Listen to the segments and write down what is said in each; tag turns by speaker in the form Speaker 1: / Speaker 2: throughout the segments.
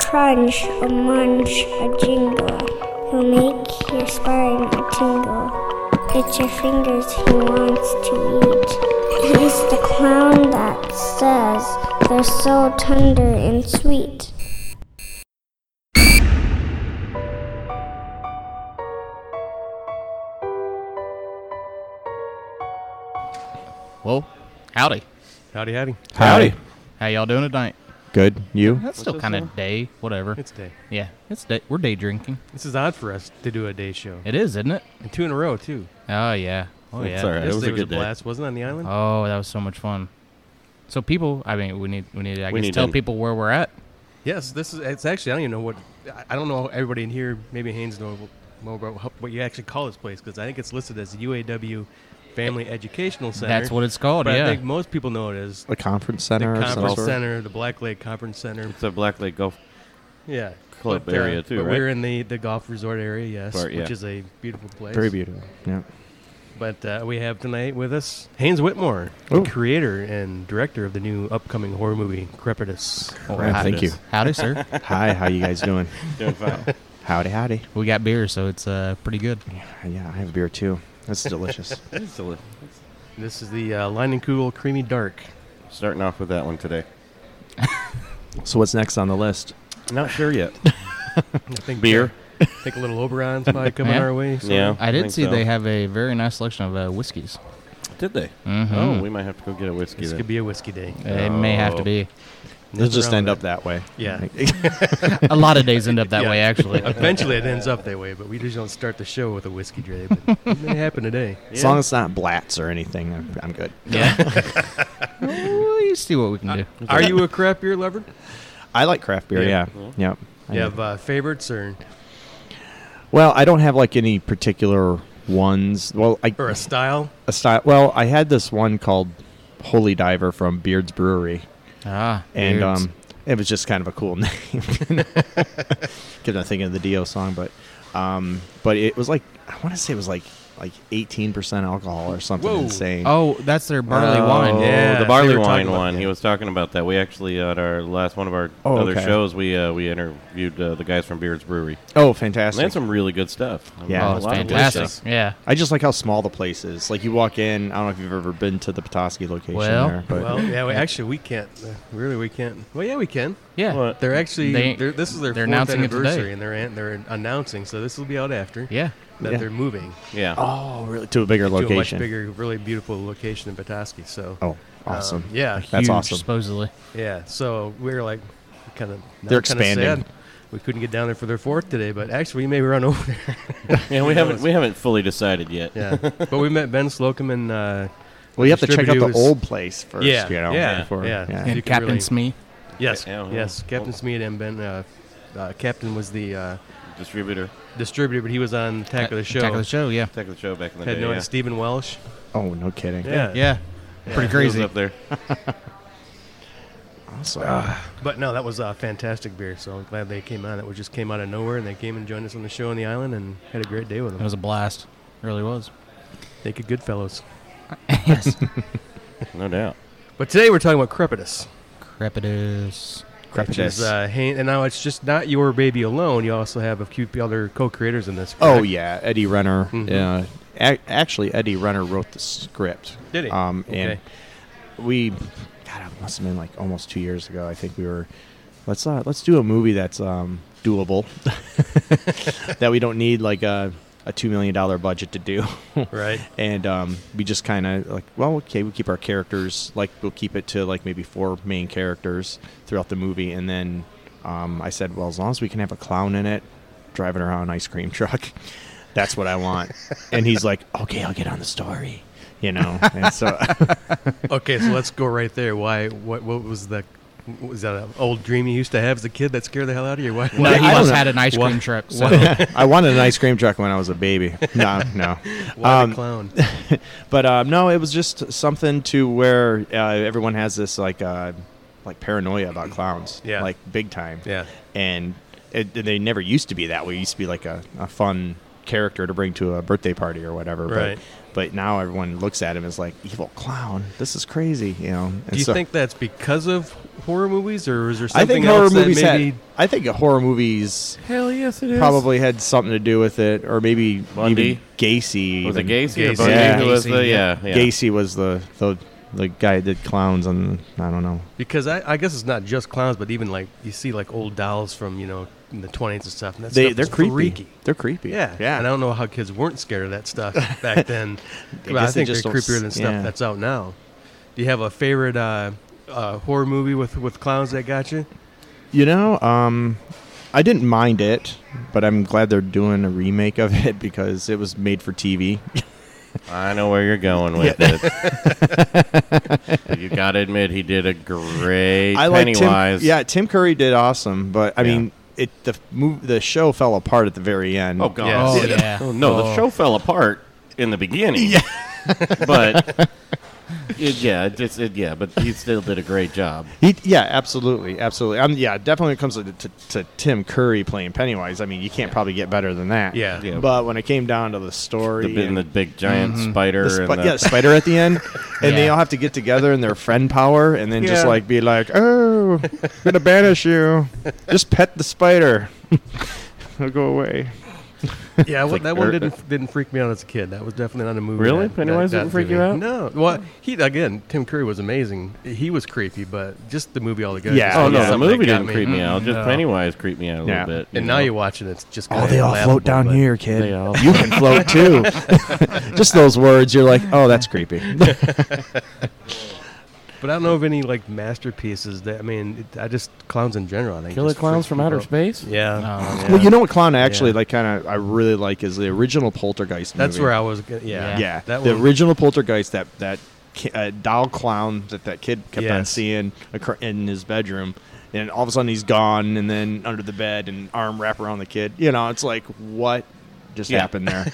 Speaker 1: crunch, a munch, a jingle. He'll make your spine a tingle. It's your fingers he wants to eat. He's the clown that says they're so tender and sweet.
Speaker 2: Well, howdy.
Speaker 3: Howdy, howdy.
Speaker 4: Howdy.
Speaker 2: How y'all doing tonight?
Speaker 4: Good. You?
Speaker 2: That's still
Speaker 3: this
Speaker 2: kind
Speaker 3: one?
Speaker 2: of day, whatever.
Speaker 3: It's day.
Speaker 2: yeah, it's day. We're day drinking.
Speaker 3: This is odd for us to do a day show.
Speaker 2: It is, isn't it?
Speaker 3: And two in a row, too.
Speaker 2: Oh yeah. Oh yeah.
Speaker 4: It's all right. it was
Speaker 3: Yesterday
Speaker 4: a good day.
Speaker 3: blast, wasn't it, on the island?
Speaker 2: Oh, that was so much fun. So people, I mean, we need we need to I
Speaker 4: We
Speaker 2: guess
Speaker 4: need
Speaker 2: tell
Speaker 4: to-
Speaker 2: people where we're at.
Speaker 3: yes, this is, it's actually, I don't even know what, I- I don't know everybody in here, maybe Haynes know more about how- what you actually call this place, because I think it's listed as UAW Family Educational Center.
Speaker 2: That's what it's called.
Speaker 3: But
Speaker 2: yeah.
Speaker 3: I think most people know it as
Speaker 4: A conference
Speaker 3: the
Speaker 4: center or
Speaker 3: Conference
Speaker 4: something.
Speaker 3: Center, the Black Lake Conference Center.
Speaker 5: It's a Black Lake Golf.
Speaker 3: Yeah.
Speaker 5: Club area, too,
Speaker 3: but
Speaker 5: right?
Speaker 3: We're in the, the golf resort area, yes,
Speaker 5: Part, yeah.
Speaker 3: which is a beautiful place.
Speaker 4: Very beautiful. Yeah.
Speaker 3: But uh, we have tonight with us Haynes Whitmore,
Speaker 4: Ooh.
Speaker 3: the creator and director of the new upcoming horror movie Crepitus.
Speaker 2: Oh,
Speaker 4: Yeah,
Speaker 2: howdy.
Speaker 4: thank you.
Speaker 2: Howdy, sir.
Speaker 4: Hi. How you guys doing?
Speaker 5: Doing fine.
Speaker 4: Howdy, howdy.
Speaker 2: we got beer, so it's uh pretty good.
Speaker 4: Yeah, I have beer too. That's delicious.
Speaker 5: It's deli-
Speaker 3: This is the uh, Line and Kugel Creamy Dark.
Speaker 5: Starting off with that one today.
Speaker 4: so what's next on the list?
Speaker 5: Not sure yet.
Speaker 3: I think
Speaker 5: Beer.
Speaker 3: uh, I think a little Oberon's probably coming
Speaker 2: Yeah.
Speaker 3: our way. so-
Speaker 5: Yeah.
Speaker 2: I did
Speaker 5: think
Speaker 2: see
Speaker 5: so.
Speaker 2: they have a very nice selection of uh, whiskeys.
Speaker 5: Did they?
Speaker 2: Mhm.
Speaker 5: Oh, we might have to go get a whiskey.
Speaker 3: Mm-hmm. This
Speaker 5: then.
Speaker 3: could be a whiskey day.
Speaker 2: It may have to
Speaker 5: Oh.
Speaker 2: be.
Speaker 4: It'll
Speaker 3: Nothing
Speaker 4: just
Speaker 3: wrong
Speaker 4: end
Speaker 3: with
Speaker 4: up that way.
Speaker 3: Yeah.
Speaker 2: A lot of days end up that
Speaker 3: Yeah.
Speaker 2: way, actually.
Speaker 3: Eventually it ends up that way, but we just don't start the show with a whiskey day. But it may happen today.
Speaker 4: As long as it's not blats or anything, I'm, I'm good.
Speaker 2: Yeah. we see what we can do.
Speaker 3: Are you a craft beer lover?
Speaker 4: I like craft beer.
Speaker 3: Yeah.
Speaker 4: Yeah. Yeah. I
Speaker 3: You
Speaker 4: do.
Speaker 3: have uh, favorites or,
Speaker 4: Well, I don't have like any particular ones. Well, I
Speaker 3: or a style?
Speaker 4: a style. Well, I had this one called Holy Diver from Beard's Brewery.
Speaker 2: Ah,
Speaker 4: and
Speaker 2: beards.
Speaker 4: um, it was just kind of a cool name. Because I'm thinking of the Dio song, but um, but it was like I want to say it was like like 18 percent alcohol or something
Speaker 3: Whoa.
Speaker 4: insane.
Speaker 2: oh, that's their barley
Speaker 4: Oh.
Speaker 2: wine.
Speaker 3: Yeah. they
Speaker 5: the barley
Speaker 3: were talking
Speaker 5: wine
Speaker 3: about
Speaker 5: one.
Speaker 3: that.
Speaker 5: He was talking about that. We actually uh, at our last one of our
Speaker 4: Oh,
Speaker 5: other
Speaker 4: okay.
Speaker 5: shows, we uh, we interviewed uh, the guys from Beard's Brewery.
Speaker 4: oh,
Speaker 5: And they had
Speaker 4: fantastic!
Speaker 5: some really good stuff. I mean,
Speaker 4: Yeah.
Speaker 2: Oh,
Speaker 5: a
Speaker 2: it's
Speaker 5: lot of good
Speaker 2: fantastic.
Speaker 5: stuff.
Speaker 2: Yeah.
Speaker 4: I just like how small the place is. Like you walk in, I don't know if you've ever been to the Petoskey location
Speaker 2: Well,
Speaker 4: there, but
Speaker 3: Well, yeah, we, actually, we can't. Uh, really, we can't. Well, yeah, we can.
Speaker 2: Yeah.
Speaker 5: What?
Speaker 3: They're actually
Speaker 2: They-
Speaker 3: they, are this is their
Speaker 2: they're
Speaker 3: fourth
Speaker 2: announcing it today.
Speaker 3: anniversary, and they're an- they're announcing. So this will be out after
Speaker 2: Yeah.
Speaker 3: that
Speaker 4: Yeah.
Speaker 3: they're moving
Speaker 5: Yeah.
Speaker 4: oh, really to a bigger
Speaker 3: to a much
Speaker 4: location.
Speaker 3: bigger, really beautiful location in Petoskey. So
Speaker 4: Oh,
Speaker 3: um,
Speaker 4: awesome!
Speaker 3: yeah,
Speaker 2: Huge,
Speaker 4: That's awesome.
Speaker 2: Supposedly.
Speaker 3: yeah. So we were like, kind of.
Speaker 4: They're expanding.
Speaker 3: We couldn't get down there for their fourth today, but actually, we may run over there.
Speaker 5: yeah. We haven't we haven't fully decided yet.
Speaker 3: yeah, but we met Ben Slocum and uh,
Speaker 4: well, you have to check out the
Speaker 3: distributors-
Speaker 4: old place first.
Speaker 3: Yeah,
Speaker 4: you know,
Speaker 3: yeah,
Speaker 4: before-
Speaker 3: yeah. You
Speaker 2: And
Speaker 3: can
Speaker 2: Captain
Speaker 3: really-
Speaker 2: Smee.
Speaker 3: yes,
Speaker 5: Yeah, well,
Speaker 3: yes,
Speaker 5: well-
Speaker 3: Captain Smeed and Ben. Uh, uh, Captain was the uh,
Speaker 5: Distributor.
Speaker 3: distributor, but he was on Tack of the Show.
Speaker 2: Attack of Uh, the show. Yeah.
Speaker 5: Take the show back in the
Speaker 3: Had
Speaker 5: day.
Speaker 3: known
Speaker 5: yeah.
Speaker 3: Stephen Welsh.
Speaker 4: Oh, no kidding!
Speaker 3: Uh, Yeah.
Speaker 2: Yeah. Pretty
Speaker 5: He was
Speaker 2: crazy.
Speaker 5: up there.
Speaker 4: Awesome.
Speaker 3: But no, that was a fantastic beer. So I'm glad they came on. It was- just came out of nowhere, and they came and joined us on the show on the island, and had a great day with
Speaker 2: It
Speaker 3: them.
Speaker 2: was a blast. It really was.
Speaker 3: They could good fellows.
Speaker 2: yes.
Speaker 5: No doubt.
Speaker 3: But today we're talking about Crepitus,
Speaker 2: Crepitus.
Speaker 3: which is
Speaker 4: Crepitus.
Speaker 3: uh, Hain- and now it's just not your baby alone. You also have a few other co-creators in this.
Speaker 4: Oh
Speaker 3: correct?
Speaker 4: yeah, Eddie Renner.
Speaker 3: Mhm.
Speaker 4: Yeah, ac actually, Eddie Renner wrote the script.
Speaker 3: Did he?
Speaker 4: Um,
Speaker 3: Okay.
Speaker 4: And we, God, it must have been like almost two years ago. I think we were. Let's uh, let's do a movie that's um, doable, that we don't need like a a two million dollar budget to do,
Speaker 3: right.
Speaker 4: and um, we just kind of like, well, okay, we keep our characters like we'll keep it to like maybe four main characters throughout the movie, and then um, I said, well, as long as we can have a clown in it driving around an ice cream truck, that's what I want. and he's like, okay, I'll get on the story, you know. And so
Speaker 3: Okay, so let's go right there. Why? What? What was the? Was that an old dream you used to have as a kid that scared the hell out of you? Why?
Speaker 2: No,
Speaker 4: I
Speaker 2: he
Speaker 4: don't
Speaker 2: must
Speaker 4: know.
Speaker 2: had an ice
Speaker 3: Why-
Speaker 2: cream truck. So
Speaker 4: I wanted an ice cream truck when I was a baby. No, no.
Speaker 3: Why
Speaker 4: Um,
Speaker 3: the clown?
Speaker 4: but um, no, it was just something to where uh, everyone has this like uh, like paranoia about clowns,
Speaker 3: Yeah.
Speaker 4: like big time,
Speaker 3: Yeah.
Speaker 4: And it, they never used to be that way. It used to be like a, a fun character to bring to a birthday party or whatever.
Speaker 3: Right.
Speaker 4: But, but now everyone looks at him as like evil clown. This is crazy, you know. And
Speaker 3: Do you
Speaker 4: so-
Speaker 3: think that's because of horror movies, or is there
Speaker 4: I
Speaker 3: something
Speaker 4: think horror
Speaker 3: else
Speaker 4: movies
Speaker 3: that maybe?
Speaker 4: had. I think horror movies
Speaker 5: Hell yes, it is.
Speaker 4: probably had something to do with it, or maybe
Speaker 5: Bundy?
Speaker 4: even Gacy.
Speaker 5: Was it
Speaker 4: even-
Speaker 5: Gacy? or
Speaker 3: Gacy.
Speaker 5: Bundy
Speaker 4: Yeah.
Speaker 5: who was the-
Speaker 3: Gacy, yeah.
Speaker 5: yeah, yeah.
Speaker 4: Gacy was the the the guy that did clowns on. I don't know.
Speaker 3: Because I, I guess it's not just clowns, but even like you see like old dolls from you know in the twenties and stuff. And that
Speaker 4: They
Speaker 3: stuff
Speaker 4: they're
Speaker 3: is
Speaker 4: creepy.
Speaker 3: freaky.
Speaker 4: They're creepy.
Speaker 3: Yeah,
Speaker 4: yeah.
Speaker 3: And I don't know how kids weren't scared of that stuff back then.
Speaker 4: I
Speaker 3: But I,
Speaker 4: guess they
Speaker 3: think
Speaker 4: just
Speaker 3: they're
Speaker 4: don't s-
Speaker 3: creepier than stuff
Speaker 4: yeah.
Speaker 3: that's out now. Do you have a favorite uh, uh, horror movie with with clowns that got you?
Speaker 4: You know, um, I didn't mind it, but I'm glad they're doing a remake of it because it was made for TV.
Speaker 5: I know where you're going with it. But you got to admit, he did a great
Speaker 4: I like Tim.
Speaker 5: Pennywise.
Speaker 4: Yeah, Tim Curry did awesome, but I
Speaker 5: Yeah.
Speaker 4: mean, it the move the show fell apart at the very end.
Speaker 5: Oh God.
Speaker 3: Yeah. Oh,
Speaker 2: yeah.
Speaker 5: Oh, no, the
Speaker 2: Oh.
Speaker 5: show fell apart in the beginning. Yeah. but it, yeah, it just it, yeah, but he still did a great job.
Speaker 4: He, yeah, absolutely, absolutely. Um, yeah, definitely when it comes to, to, to Tim Curry playing Pennywise. I mean, you can't probably get better than that.
Speaker 3: Yeah.
Speaker 5: Yeah.
Speaker 4: But when it came down to the story,
Speaker 5: The, bit in
Speaker 4: and
Speaker 5: the big giant spider.
Speaker 4: the spi-
Speaker 5: and the,
Speaker 4: yeah, spider at the end, and they
Speaker 2: Yeah.
Speaker 4: all have to get together in their friend power, and then just
Speaker 3: Yeah.
Speaker 4: like be like, "Oh, I'm gonna banish you. Just pet the spider. It'll go away."
Speaker 3: Yeah, well,
Speaker 5: like
Speaker 3: that one
Speaker 5: er-
Speaker 3: didn't didn't freak me out as a kid. That was definitely not a movie.
Speaker 5: Really?
Speaker 3: that-
Speaker 5: Pennywise
Speaker 3: that
Speaker 5: didn't
Speaker 3: got
Speaker 5: freak
Speaker 3: to
Speaker 5: you
Speaker 3: me.
Speaker 5: out?
Speaker 3: No. Well, he again, Tim Curry was amazing. He was creepy, but just the movie altogether.
Speaker 4: Yeah.
Speaker 3: just
Speaker 5: Oh
Speaker 3: was
Speaker 5: no,
Speaker 4: Yeah.
Speaker 5: the
Speaker 3: something that
Speaker 5: movie
Speaker 3: got Mm-hmm.
Speaker 5: didn't creep me out. Just
Speaker 2: No.
Speaker 5: Pennywise creeped me out a
Speaker 4: Yeah.
Speaker 5: little bit.
Speaker 3: And now you're watching it's just.
Speaker 4: Oh,
Speaker 3: kinda
Speaker 4: they all float
Speaker 3: laughable,
Speaker 4: down
Speaker 3: but-
Speaker 4: here,
Speaker 5: They
Speaker 4: kid.
Speaker 5: all-
Speaker 4: You can float too. just those words, you're like, "Oh, that's creepy."
Speaker 3: But I don't know of any like masterpieces that I mean. It, I just clowns in general. I think
Speaker 5: Killer
Speaker 3: just
Speaker 5: clowns
Speaker 3: freak
Speaker 5: from
Speaker 3: people
Speaker 5: outer
Speaker 3: out.
Speaker 5: space.
Speaker 3: Yeah.
Speaker 2: Um,
Speaker 4: Well, you know what clown I actually
Speaker 3: Yeah.
Speaker 4: like kind of I really like is the original Poltergeist.
Speaker 3: That's
Speaker 4: movie.
Speaker 3: where I was. Gonna, yeah.
Speaker 2: Yeah.
Speaker 4: Yeah,
Speaker 3: That
Speaker 4: the
Speaker 3: one-
Speaker 4: original Poltergeist, that that ki- uh, doll clown that that kid kept on
Speaker 3: Yes.
Speaker 4: seeing acro- in his bedroom, and all of a sudden he's gone, and then under the bed, and arm wrap around the kid. You know, it's like what just
Speaker 5: Yeah.
Speaker 4: happened there?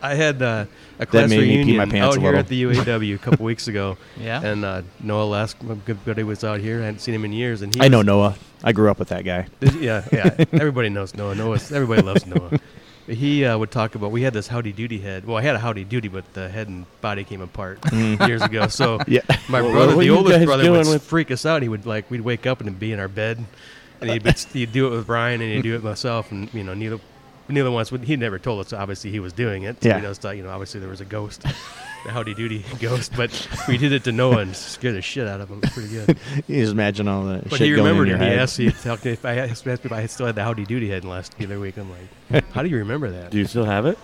Speaker 3: I had uh, a class
Speaker 4: made me pee
Speaker 3: reunion
Speaker 4: my pants
Speaker 3: out
Speaker 4: a
Speaker 3: here
Speaker 4: little.
Speaker 3: at the UAW a couple weeks ago.
Speaker 2: Yeah.
Speaker 3: And uh, Noah Lask, my good buddy, was out here. I hadn't seen him in years, and he
Speaker 4: I know
Speaker 3: was-
Speaker 4: Noah. I grew up with that guy.
Speaker 3: Did you- yeah, yeah. Everybody knows Noah. Noah's everybody loves Noah. But He uh, would talk about we had this howdy doody head. Well, I had a howdy doody, but the head and body came apart years ago. So
Speaker 4: Yeah.
Speaker 3: my
Speaker 5: Well,
Speaker 3: brother,
Speaker 5: Mm-hmm. what
Speaker 3: the
Speaker 5: you
Speaker 3: oldest
Speaker 5: guys
Speaker 3: brother,
Speaker 5: doing
Speaker 3: would
Speaker 5: with-
Speaker 3: freak us out. He would like we'd wake up and be in our bed, and he'd, be, he'd do it with Brian and he'd do it myself, and you know neither neither once would he never told us. Obviously, he was doing it. So
Speaker 4: Yeah.
Speaker 3: We just thought you know obviously there was a ghost, the howdy doody ghost, but we did it to Noah and scared the shit out of him. It was pretty good.
Speaker 4: You just imagine all that
Speaker 3: But
Speaker 4: shit
Speaker 3: he
Speaker 4: going in
Speaker 3: remembered
Speaker 4: your
Speaker 3: it. He
Speaker 4: head.
Speaker 3: asked, he talked, if I asked me if I still had the howdy doody head last the other week. I'm like, how do you remember that?
Speaker 5: Do you still have it?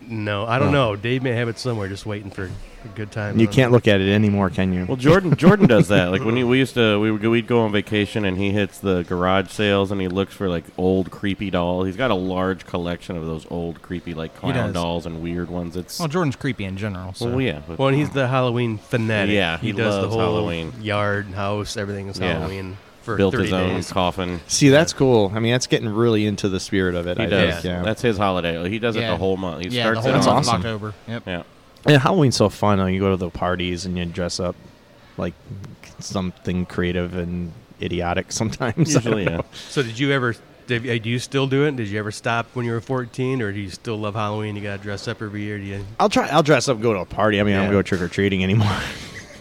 Speaker 3: No, I don't know. Dave may have it somewhere, just waiting for a good time.
Speaker 4: Oh. You
Speaker 3: on it.
Speaker 4: can't look at it anymore, can you?
Speaker 5: Well, Jordan Jordan does that. Like when he, we used to, we would go, we'd go on vacation, and he hits the garage sales, and he looks for like old creepy doll. He's got a large collection of those old creepy like clown
Speaker 2: does. Oh,
Speaker 5: dolls and weird ones. It's
Speaker 2: well, Jordan's creepy in general. So.
Speaker 5: well, Oh, yeah, but
Speaker 3: Uh, Well, and he's the Halloween fanatic.
Speaker 5: Yeah,
Speaker 3: he,
Speaker 5: he
Speaker 3: does the
Speaker 5: loves
Speaker 3: whole
Speaker 5: Halloween.
Speaker 3: yard, house, everything is
Speaker 5: Yeah.
Speaker 3: Halloween for
Speaker 5: built
Speaker 3: 30
Speaker 5: his own
Speaker 3: days.
Speaker 5: coffin.
Speaker 4: See, that's cool. I mean, that's getting really into the spirit of it.
Speaker 5: He
Speaker 4: I
Speaker 5: does.
Speaker 4: Think, yeah.
Speaker 5: That's his holiday. Like, He does it
Speaker 2: Yeah.
Speaker 5: the whole month. He
Speaker 2: yeah,
Speaker 5: starts
Speaker 2: the whole
Speaker 5: it
Speaker 2: month of
Speaker 5: on-
Speaker 4: That's awesome.
Speaker 2: October. Yep.
Speaker 5: Yeah.
Speaker 4: And Halloween's so fun. Like, you go to the parties and you dress up like something creative and idiotic sometimes.
Speaker 5: Usually, yeah.
Speaker 3: So, did you ever? Did, uh, do you still do it? Did you ever stop when you were 14, or do you still love Halloween? You got to dress up every year. Do you?
Speaker 4: I'll try. I'll dress up, and go to a party. I mean, I don't
Speaker 3: Yeah.
Speaker 4: go trick or treating anymore.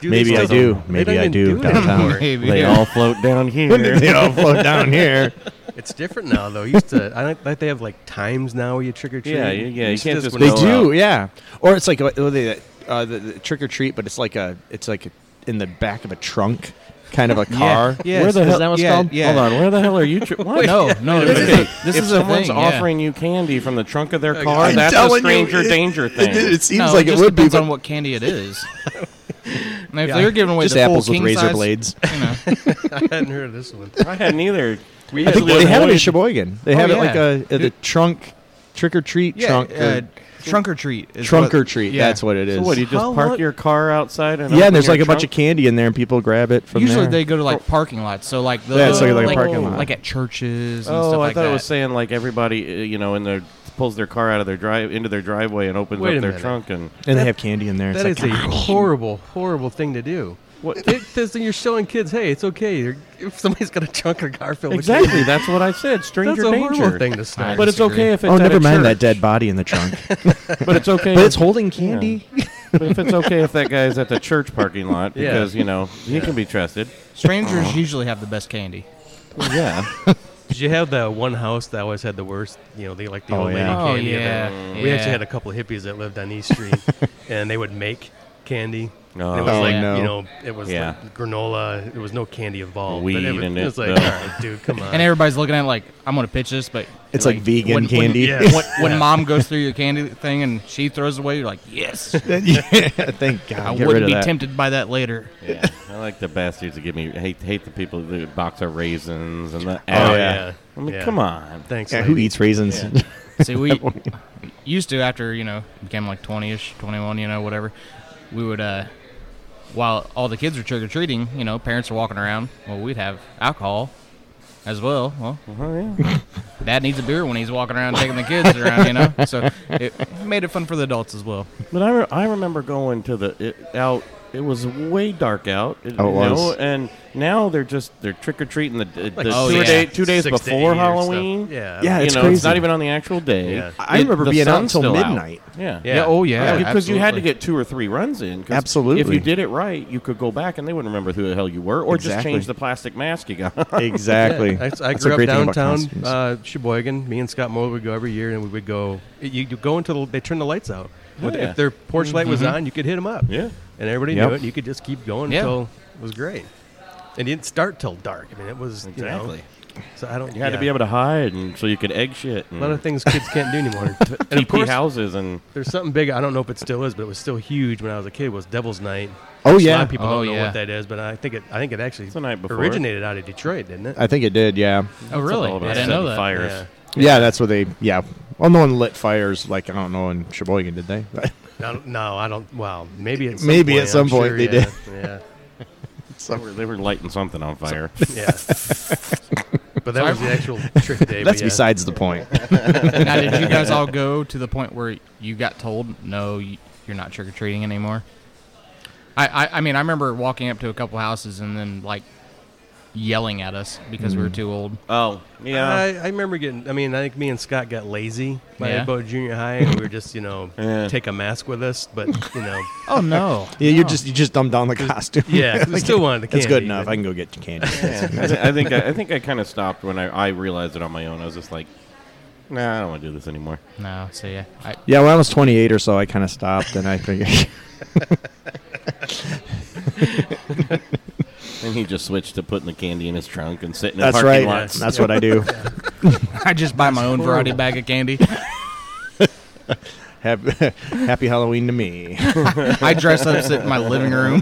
Speaker 3: do
Speaker 4: Maybe
Speaker 3: these
Speaker 4: I
Speaker 3: guys-
Speaker 4: do.
Speaker 3: they
Speaker 4: Maybe
Speaker 3: don't
Speaker 4: I
Speaker 3: even
Speaker 4: do
Speaker 3: it
Speaker 4: downtown.
Speaker 3: anymore.
Speaker 2: Maybe.
Speaker 5: They all float down
Speaker 4: when did
Speaker 5: here.
Speaker 4: they all float down here?
Speaker 3: It's different now, though. You used to, I don't think they have like times now where you trick or treat.
Speaker 5: Yeah, you- yeah, you
Speaker 3: Used to
Speaker 5: can't just
Speaker 3: when
Speaker 4: They
Speaker 3: I was-
Speaker 5: Blow
Speaker 4: do, yeah. Or it's like what- what are they, uh, the, the trick or treat, but it's like a it's like a, in the back of a trunk, kind of a car.
Speaker 3: yes,
Speaker 4: Where the
Speaker 3: is that
Speaker 4: hell that
Speaker 3: what's
Speaker 4: was
Speaker 3: yeah,
Speaker 4: called?
Speaker 3: yeah.
Speaker 5: Hold on, where the hell are you? Tri- what?
Speaker 2: No, no. This
Speaker 5: This is
Speaker 2: is
Speaker 5: a,
Speaker 2: this
Speaker 5: if
Speaker 2: is a
Speaker 5: someone's
Speaker 2: thing.
Speaker 5: offering you candy from the trunk of their car,
Speaker 4: I'm
Speaker 5: that's a
Speaker 4: telling you,
Speaker 5: stranger
Speaker 4: it-
Speaker 5: danger
Speaker 4: It,
Speaker 5: thing.
Speaker 4: it, seems
Speaker 2: no,
Speaker 4: like
Speaker 2: it,
Speaker 4: it
Speaker 2: just
Speaker 4: would be,
Speaker 2: depends
Speaker 4: but
Speaker 2: on what candy it is. now, if
Speaker 3: Yeah.
Speaker 2: they were giving away
Speaker 4: just
Speaker 2: the full
Speaker 4: apples with
Speaker 2: king
Speaker 4: razor
Speaker 2: size,
Speaker 4: blades.
Speaker 2: You know,
Speaker 3: I hadn't heard of this one.
Speaker 5: I hadn't either. We
Speaker 4: I think
Speaker 5: usually
Speaker 4: they have it in
Speaker 5: avoid-
Speaker 4: Sheboygan. They
Speaker 2: Oh,
Speaker 4: have it
Speaker 2: yeah.
Speaker 4: like a, uh the
Speaker 2: Dude.
Speaker 4: trunk trick or treat
Speaker 2: yeah,
Speaker 4: trunk.
Speaker 2: uh,
Speaker 4: or,
Speaker 2: trunk or treat. Is
Speaker 4: Trunk
Speaker 2: what-
Speaker 4: or treat.
Speaker 2: yeah.
Speaker 4: That's what it is.
Speaker 5: So what? You just
Speaker 2: How
Speaker 5: park
Speaker 2: much-
Speaker 5: your car outside and
Speaker 4: yeah,
Speaker 5: open
Speaker 4: and there's
Speaker 5: your
Speaker 4: like a bunch of
Speaker 5: trunk?
Speaker 4: candy in there, and people grab it from
Speaker 2: Usually
Speaker 4: there.
Speaker 2: they go to like parking lots. So like the
Speaker 4: Yeah, it's
Speaker 5: like- like a
Speaker 2: like,
Speaker 5: parking lot.
Speaker 2: like at churches and
Speaker 5: Oh,
Speaker 2: stuff
Speaker 5: I
Speaker 2: like
Speaker 5: thought
Speaker 2: that.
Speaker 5: it was saying like everybody, uh, you know, in their pulls their car out of their drive into their driveway and opens
Speaker 3: Wait a
Speaker 5: up their
Speaker 3: minute.
Speaker 5: trunk and
Speaker 4: and
Speaker 3: that-
Speaker 4: they have candy in there.
Speaker 3: That
Speaker 4: it's
Speaker 3: is
Speaker 4: like,
Speaker 3: a horrible, horrible thing to do. What, it, this, you're showing kids, hey, it's okay. You're, if somebody's got a chunk of Garfield, we can't-
Speaker 5: Exactly. That's what I said. Stranger
Speaker 3: that's a
Speaker 5: danger.
Speaker 3: horrible thing to start.
Speaker 5: But it's
Speaker 2: disagree.
Speaker 5: okay if it's
Speaker 4: oh,
Speaker 5: at
Speaker 4: never
Speaker 5: a
Speaker 4: mind that
Speaker 5: church.
Speaker 4: dead body in the trunk.
Speaker 5: But it's okay.
Speaker 4: but
Speaker 5: if-
Speaker 4: it's holding candy.
Speaker 5: but if it's okay if that guy's at the church parking lot
Speaker 3: Yeah.
Speaker 5: because you know he can be trusted.
Speaker 2: Strangers usually have the best candy.
Speaker 5: Yeah.
Speaker 3: Did you have that one house that always had the worst? You know, they like the
Speaker 4: Oh,
Speaker 3: old lady
Speaker 4: yeah.
Speaker 2: Oh,
Speaker 3: candy.
Speaker 2: yeah.
Speaker 3: event? We
Speaker 2: Yeah.
Speaker 3: actually had a couple of hippies that lived on East Street, and they would make candy. And it was
Speaker 5: Oh,
Speaker 3: like
Speaker 4: no.
Speaker 3: you know, it was
Speaker 5: Yeah.
Speaker 3: like granola. There was no candy involved. but
Speaker 5: Weed
Speaker 3: it was,
Speaker 5: in
Speaker 3: it
Speaker 5: it,
Speaker 3: was like,
Speaker 5: though.
Speaker 3: all right, dude, come on.
Speaker 2: And everybody's looking at it like, I'm going to pitch this, but.
Speaker 4: It's like vegan
Speaker 2: when- when-
Speaker 4: candy.
Speaker 3: Yeah.
Speaker 2: When, when
Speaker 3: Yeah.
Speaker 2: mom goes through your candy thing and she throws it away, you're like, yes.
Speaker 4: yeah, thank God.
Speaker 2: I
Speaker 4: Get rid
Speaker 2: wouldn't
Speaker 4: of
Speaker 2: be
Speaker 4: that.
Speaker 2: tempted by that later.
Speaker 5: yeah. I like the bastards that give me hate hate the people that box of raisins and the.
Speaker 3: oh
Speaker 4: yeah.
Speaker 3: yeah.
Speaker 5: I mean,
Speaker 3: yeah.
Speaker 5: come on.
Speaker 3: Thanks.
Speaker 4: Yeah, who
Speaker 3: lady.
Speaker 4: eats raisins?
Speaker 2: See, we used to after you know became like twenty ish, twenty one, you know, whatever. We would, uh while all the kids were trick or treating, you know, parents were walking around. Well, we'd have alcohol as well. Well,
Speaker 5: Oh, yeah.
Speaker 2: dad needs a beer when he's walking around taking the kids around, you know. So it made it fun for the adults as well.
Speaker 5: But I, re- I remember going to the it, out. It was way dark out. It,
Speaker 4: Oh, it was.
Speaker 5: you know, and now they're just they're trick or treating the, the
Speaker 3: Like
Speaker 5: two,
Speaker 2: Oh, yeah.
Speaker 5: day, two days
Speaker 3: six to
Speaker 5: before
Speaker 3: eight or stuff.
Speaker 5: Halloween.
Speaker 3: Yeah.
Speaker 4: Yeah,
Speaker 5: you
Speaker 4: it's
Speaker 5: know,
Speaker 4: crazy.
Speaker 5: it's not even on the actual day.
Speaker 3: Yeah.
Speaker 4: I
Speaker 5: It-
Speaker 4: remember
Speaker 5: the
Speaker 4: being out
Speaker 5: sun's
Speaker 4: until
Speaker 5: still out.
Speaker 4: midnight.
Speaker 5: Yeah.
Speaker 3: Yeah, oh, yeah,
Speaker 5: Because you had to
Speaker 2: absolutely.
Speaker 5: get two or three runs in. 'cause
Speaker 4: Absolutely.
Speaker 5: If you did it right, you could go back and they wouldn't remember who the hell you were, or just
Speaker 4: Exactly.
Speaker 5: change the plastic mask you got.
Speaker 4: Exactly.
Speaker 3: Yeah, I, I
Speaker 4: That's a
Speaker 3: grew up
Speaker 4: great thing about
Speaker 3: downtown
Speaker 4: costumes.
Speaker 3: uh, Sheboygan. Me and Scott Moore would go every year, and we would go. You, you go into the, they turn the lights out.
Speaker 5: Oh,
Speaker 3: If-
Speaker 5: yeah. Mm-hmm.
Speaker 3: If their porch light was on, you could hit them up.
Speaker 5: Yeah.
Speaker 3: and everybody
Speaker 4: Yep.
Speaker 3: knew it. And you could just keep going
Speaker 2: Yeah.
Speaker 3: until it was great. And it didn't start till dark. I mean, it was You know, so I don't.
Speaker 5: You had to be able to hide, and so you could egg shit.
Speaker 3: A
Speaker 5: And
Speaker 3: lot of things kids can't do anymore. and of
Speaker 5: TP
Speaker 3: course,
Speaker 5: houses and
Speaker 3: there's something big. I don't know if it still is, but it was still huge when I was a kid. Was Devil's Night? A
Speaker 4: oh
Speaker 3: lot
Speaker 4: yeah,
Speaker 3: of people
Speaker 2: Oh,
Speaker 3: don't know
Speaker 2: yeah.
Speaker 3: what that is, but I think it. I think it actually
Speaker 5: the night before.
Speaker 3: originated out of Detroit, didn't it?
Speaker 4: I think it did. Yeah,
Speaker 2: Oh, really?
Speaker 5: all about
Speaker 2: I didn't know
Speaker 5: setting
Speaker 2: that.
Speaker 5: Fires.
Speaker 3: Yeah.
Speaker 4: yeah. That's what they. Yeah. Well, no one lit fires like I don't know in Sheboygan, did they?
Speaker 3: No, no, I don't. Well, maybe at some
Speaker 4: Maybe
Speaker 3: point,
Speaker 4: at some
Speaker 3: I'm
Speaker 4: point
Speaker 3: sure,
Speaker 4: they
Speaker 3: yeah, Yeah,
Speaker 5: They were, they were lighting something on fire.
Speaker 3: yeah. but that was the actual trick day. but
Speaker 4: That's
Speaker 3: yeah.
Speaker 4: besides the point.
Speaker 2: Now, did you guys all go to the point where you got told, no, y- you're not trick or treating anymore? I, I, I mean, I remember walking up to a couple houses and then, like, yelling at us because we were too old.
Speaker 5: Oh, yeah.
Speaker 3: I, I remember getting. I mean, I think me and Scott got lazy by
Speaker 2: Yeah.
Speaker 3: about junior high, and we were just, you know,
Speaker 5: Yeah.
Speaker 3: take a mask with us. But you know,
Speaker 2: Oh, no.
Speaker 4: Yeah, you just you just dumbed down the costume.
Speaker 3: yeah, 'cause we still wanted the candy.
Speaker 4: That's good enough.
Speaker 3: but-
Speaker 4: I can go get candy.
Speaker 5: Yeah. I, thi- I think I, I think I kind of stopped when I, I realized it on my own. I was just like, Nah, I don't want to do this anymore.
Speaker 2: No, so yeah. I,
Speaker 4: Yeah, when I was 28 or so, I kind of stopped, and I figured,
Speaker 5: And he just switched to putting the candy in his trunk and sitting in
Speaker 4: that's right.
Speaker 5: parking lots.
Speaker 4: That's what I do.
Speaker 2: I just buy my own variety bag of candy.
Speaker 4: Have, happy Halloween to me,
Speaker 2: I dress up, sit in my living room.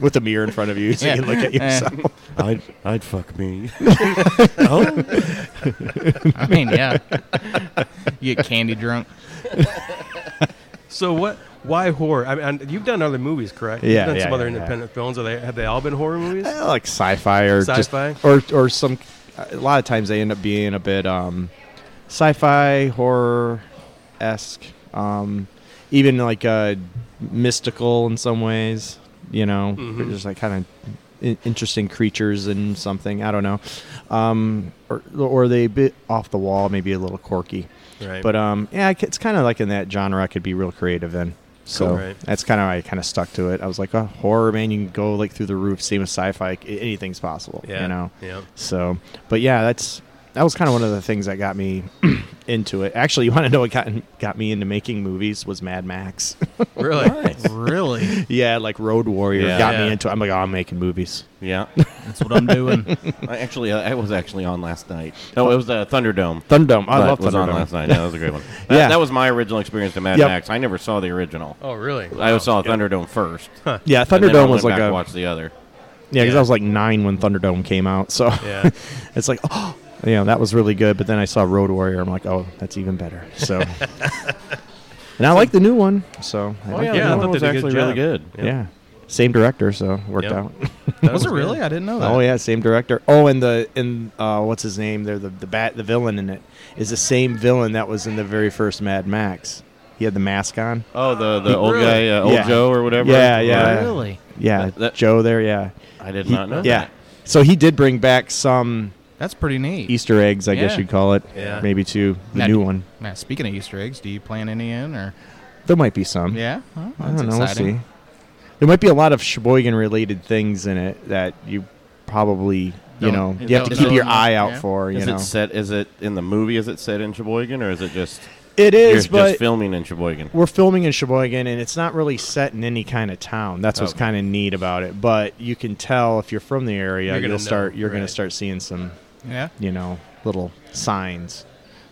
Speaker 4: with a mirror in front of you so you can look at
Speaker 2: Yeah.
Speaker 4: yourself.
Speaker 5: I'd, I'd fuck me.
Speaker 2: I mean, yeah. You get candy drunk.
Speaker 3: So what? Why horror? I mean, and you've done other movies, correct?
Speaker 4: Yeah,
Speaker 3: You've done
Speaker 4: yeah,
Speaker 3: some
Speaker 4: yeah,
Speaker 3: other
Speaker 4: yeah.
Speaker 3: independent films. Are they? Have they all been horror movies?
Speaker 4: Eh, like sci-fi or
Speaker 3: Sci-fi?
Speaker 4: just or or some. A lot of times they end up being a bit um, sci-fi horror esque, um, even like uh, mystical in some ways. You know,
Speaker 3: Mhm.
Speaker 4: just like kind of in- interesting creatures and something. I don't know, um, or or they a bit off the wall, maybe a little quirky.
Speaker 3: Right.
Speaker 4: But um, yeah, I c- it's kind of like in that genre, I could be real creative in. So
Speaker 3: Cool. Right.
Speaker 4: that's kind of I kind of stuck to it. I was like, oh, horror man, you can go like through the roof. Same as sci-fi, like, a- anything's possible.
Speaker 3: yeah,
Speaker 4: You know.
Speaker 3: yeah.
Speaker 4: So, but yeah, that's that was kind of one of the things that got me into it. Actually, you want to know what got got me into making movies was Mad Max.
Speaker 3: Really?
Speaker 2: Really?
Speaker 4: yeah, like Road Warrior
Speaker 5: Yeah.
Speaker 4: got
Speaker 3: Yeah.
Speaker 4: me into. it. I'm like, oh, I'm making movies.
Speaker 5: yeah.
Speaker 2: That's what I'm doing.
Speaker 5: I actually, I was actually on last night. No, it was uh, Thunderdome.
Speaker 4: Thunderdome. I
Speaker 5: But
Speaker 4: love
Speaker 5: was on
Speaker 4: Thunderdome.
Speaker 5: last night. Yeah, that was a great one. That,
Speaker 4: Yeah.
Speaker 5: that was my original experience to Mad
Speaker 4: Yep.
Speaker 5: Max. I never saw the original.
Speaker 3: Oh, really?
Speaker 5: I saw Thunderdome first.
Speaker 4: Yeah,
Speaker 5: and then I
Speaker 4: Thunderdome
Speaker 5: went
Speaker 4: was like
Speaker 5: back and
Speaker 4: a
Speaker 5: watched the other.
Speaker 4: yeah, because
Speaker 3: Yeah.
Speaker 4: I was like nine when Thunderdome came out. So
Speaker 3: Yeah.
Speaker 4: it's like oh you know that was really good but then i saw road warrior i'm like oh that's even better so and i like the new one so I like
Speaker 5: Oh, yeah,
Speaker 4: the
Speaker 3: yeah, I
Speaker 4: new
Speaker 5: that
Speaker 3: thought
Speaker 4: one.
Speaker 5: one was
Speaker 3: they did a
Speaker 5: actually
Speaker 3: good
Speaker 5: really
Speaker 3: job.
Speaker 5: good.
Speaker 4: yeah. same director so worked
Speaker 3: Yep.
Speaker 4: out
Speaker 3: That
Speaker 2: Was it
Speaker 3: good.
Speaker 2: really? I didn't know that.
Speaker 4: oh yeah same director oh and the and uh what's his name there the the bat the villain in it is the same villain that was in the very first mad max He had the mask on.
Speaker 5: Oh, the the old
Speaker 2: Really?
Speaker 5: guy, uh, old
Speaker 4: Yeah.
Speaker 5: Joe or whatever.
Speaker 4: Yeah, yeah.
Speaker 2: Really?
Speaker 4: Yeah,
Speaker 5: That- that-
Speaker 4: Joe there. Yeah,
Speaker 5: I did
Speaker 4: He-
Speaker 5: not know.
Speaker 4: Yeah,
Speaker 5: that.
Speaker 4: so he did bring back some
Speaker 2: That's pretty neat.
Speaker 4: Easter eggs, I guess
Speaker 2: Yeah.
Speaker 4: you'd call it.
Speaker 3: Yeah.
Speaker 4: Maybe to the
Speaker 2: Now,
Speaker 4: new
Speaker 2: do-
Speaker 4: one.
Speaker 2: Now, speaking of Easter eggs, do you plan any in or?
Speaker 4: There might be some.
Speaker 2: Yeah, Well,
Speaker 4: I
Speaker 2: that's
Speaker 4: don't know.
Speaker 2: exciting.
Speaker 4: We'll see. There might be a lot of Sheboygan related things in it that you probably, you
Speaker 2: Don't-
Speaker 4: know,
Speaker 2: you
Speaker 4: you have to
Speaker 2: don't
Speaker 4: keep
Speaker 2: know
Speaker 4: your
Speaker 2: enough,
Speaker 4: eye out
Speaker 2: yeah.
Speaker 4: for. You
Speaker 5: Is
Speaker 4: know,
Speaker 5: it set? Is it in the movie? Is it set in Sheboygan or is it just
Speaker 4: it
Speaker 5: you're
Speaker 4: is, but
Speaker 5: just filming in Sheboygan?
Speaker 4: we're filming in Sheboygan, and it's not really set in any kind of town. That's what's
Speaker 5: Okay.
Speaker 4: kind of neat about it. But you can tell if you're from the area,
Speaker 3: You're
Speaker 4: you'll
Speaker 3: gonna know,
Speaker 4: start you're going
Speaker 3: right.
Speaker 4: to start seeing some,
Speaker 2: Yeah.
Speaker 4: you know, little signs.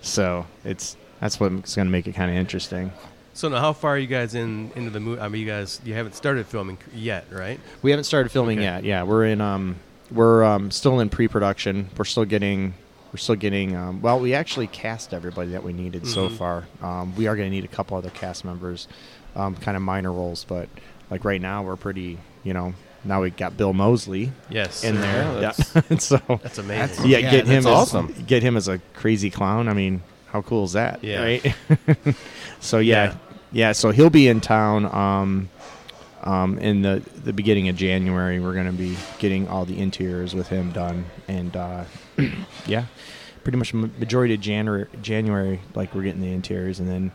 Speaker 4: So it's that's what's going to make it kind of interesting.
Speaker 3: So now, how far are you guys in into the movie? I mean, you guys, you haven't started filming c- yet, right?
Speaker 4: We haven't started filming
Speaker 3: Okay.
Speaker 4: yet. Yeah, we're in um we're um still in pre-production. We're still getting we're still getting um well, we actually cast everybody that we needed so
Speaker 3: Mhm.
Speaker 4: far. Um we are going to need a couple other cast members um kind of minor roles, but like right now we're pretty, you know, now we got Bill Mosley
Speaker 3: Yes.
Speaker 4: in there.
Speaker 5: Yeah,
Speaker 4: Yeah.
Speaker 5: that's-
Speaker 4: and so
Speaker 3: That's amazing.
Speaker 4: yeah,
Speaker 2: Yeah,
Speaker 4: get
Speaker 2: that's
Speaker 4: him
Speaker 5: awesome.
Speaker 4: as, get him as a crazy clown. I mean, how cool is that?
Speaker 3: Yeah.
Speaker 4: Right. so yeah,
Speaker 3: Yeah.
Speaker 4: yeah, So he'll be in town um, um, in the the beginning of January. We're gonna be getting all the interiors with him done, and uh, yeah, pretty much ma- majority of January. January, like we're getting the interiors, and then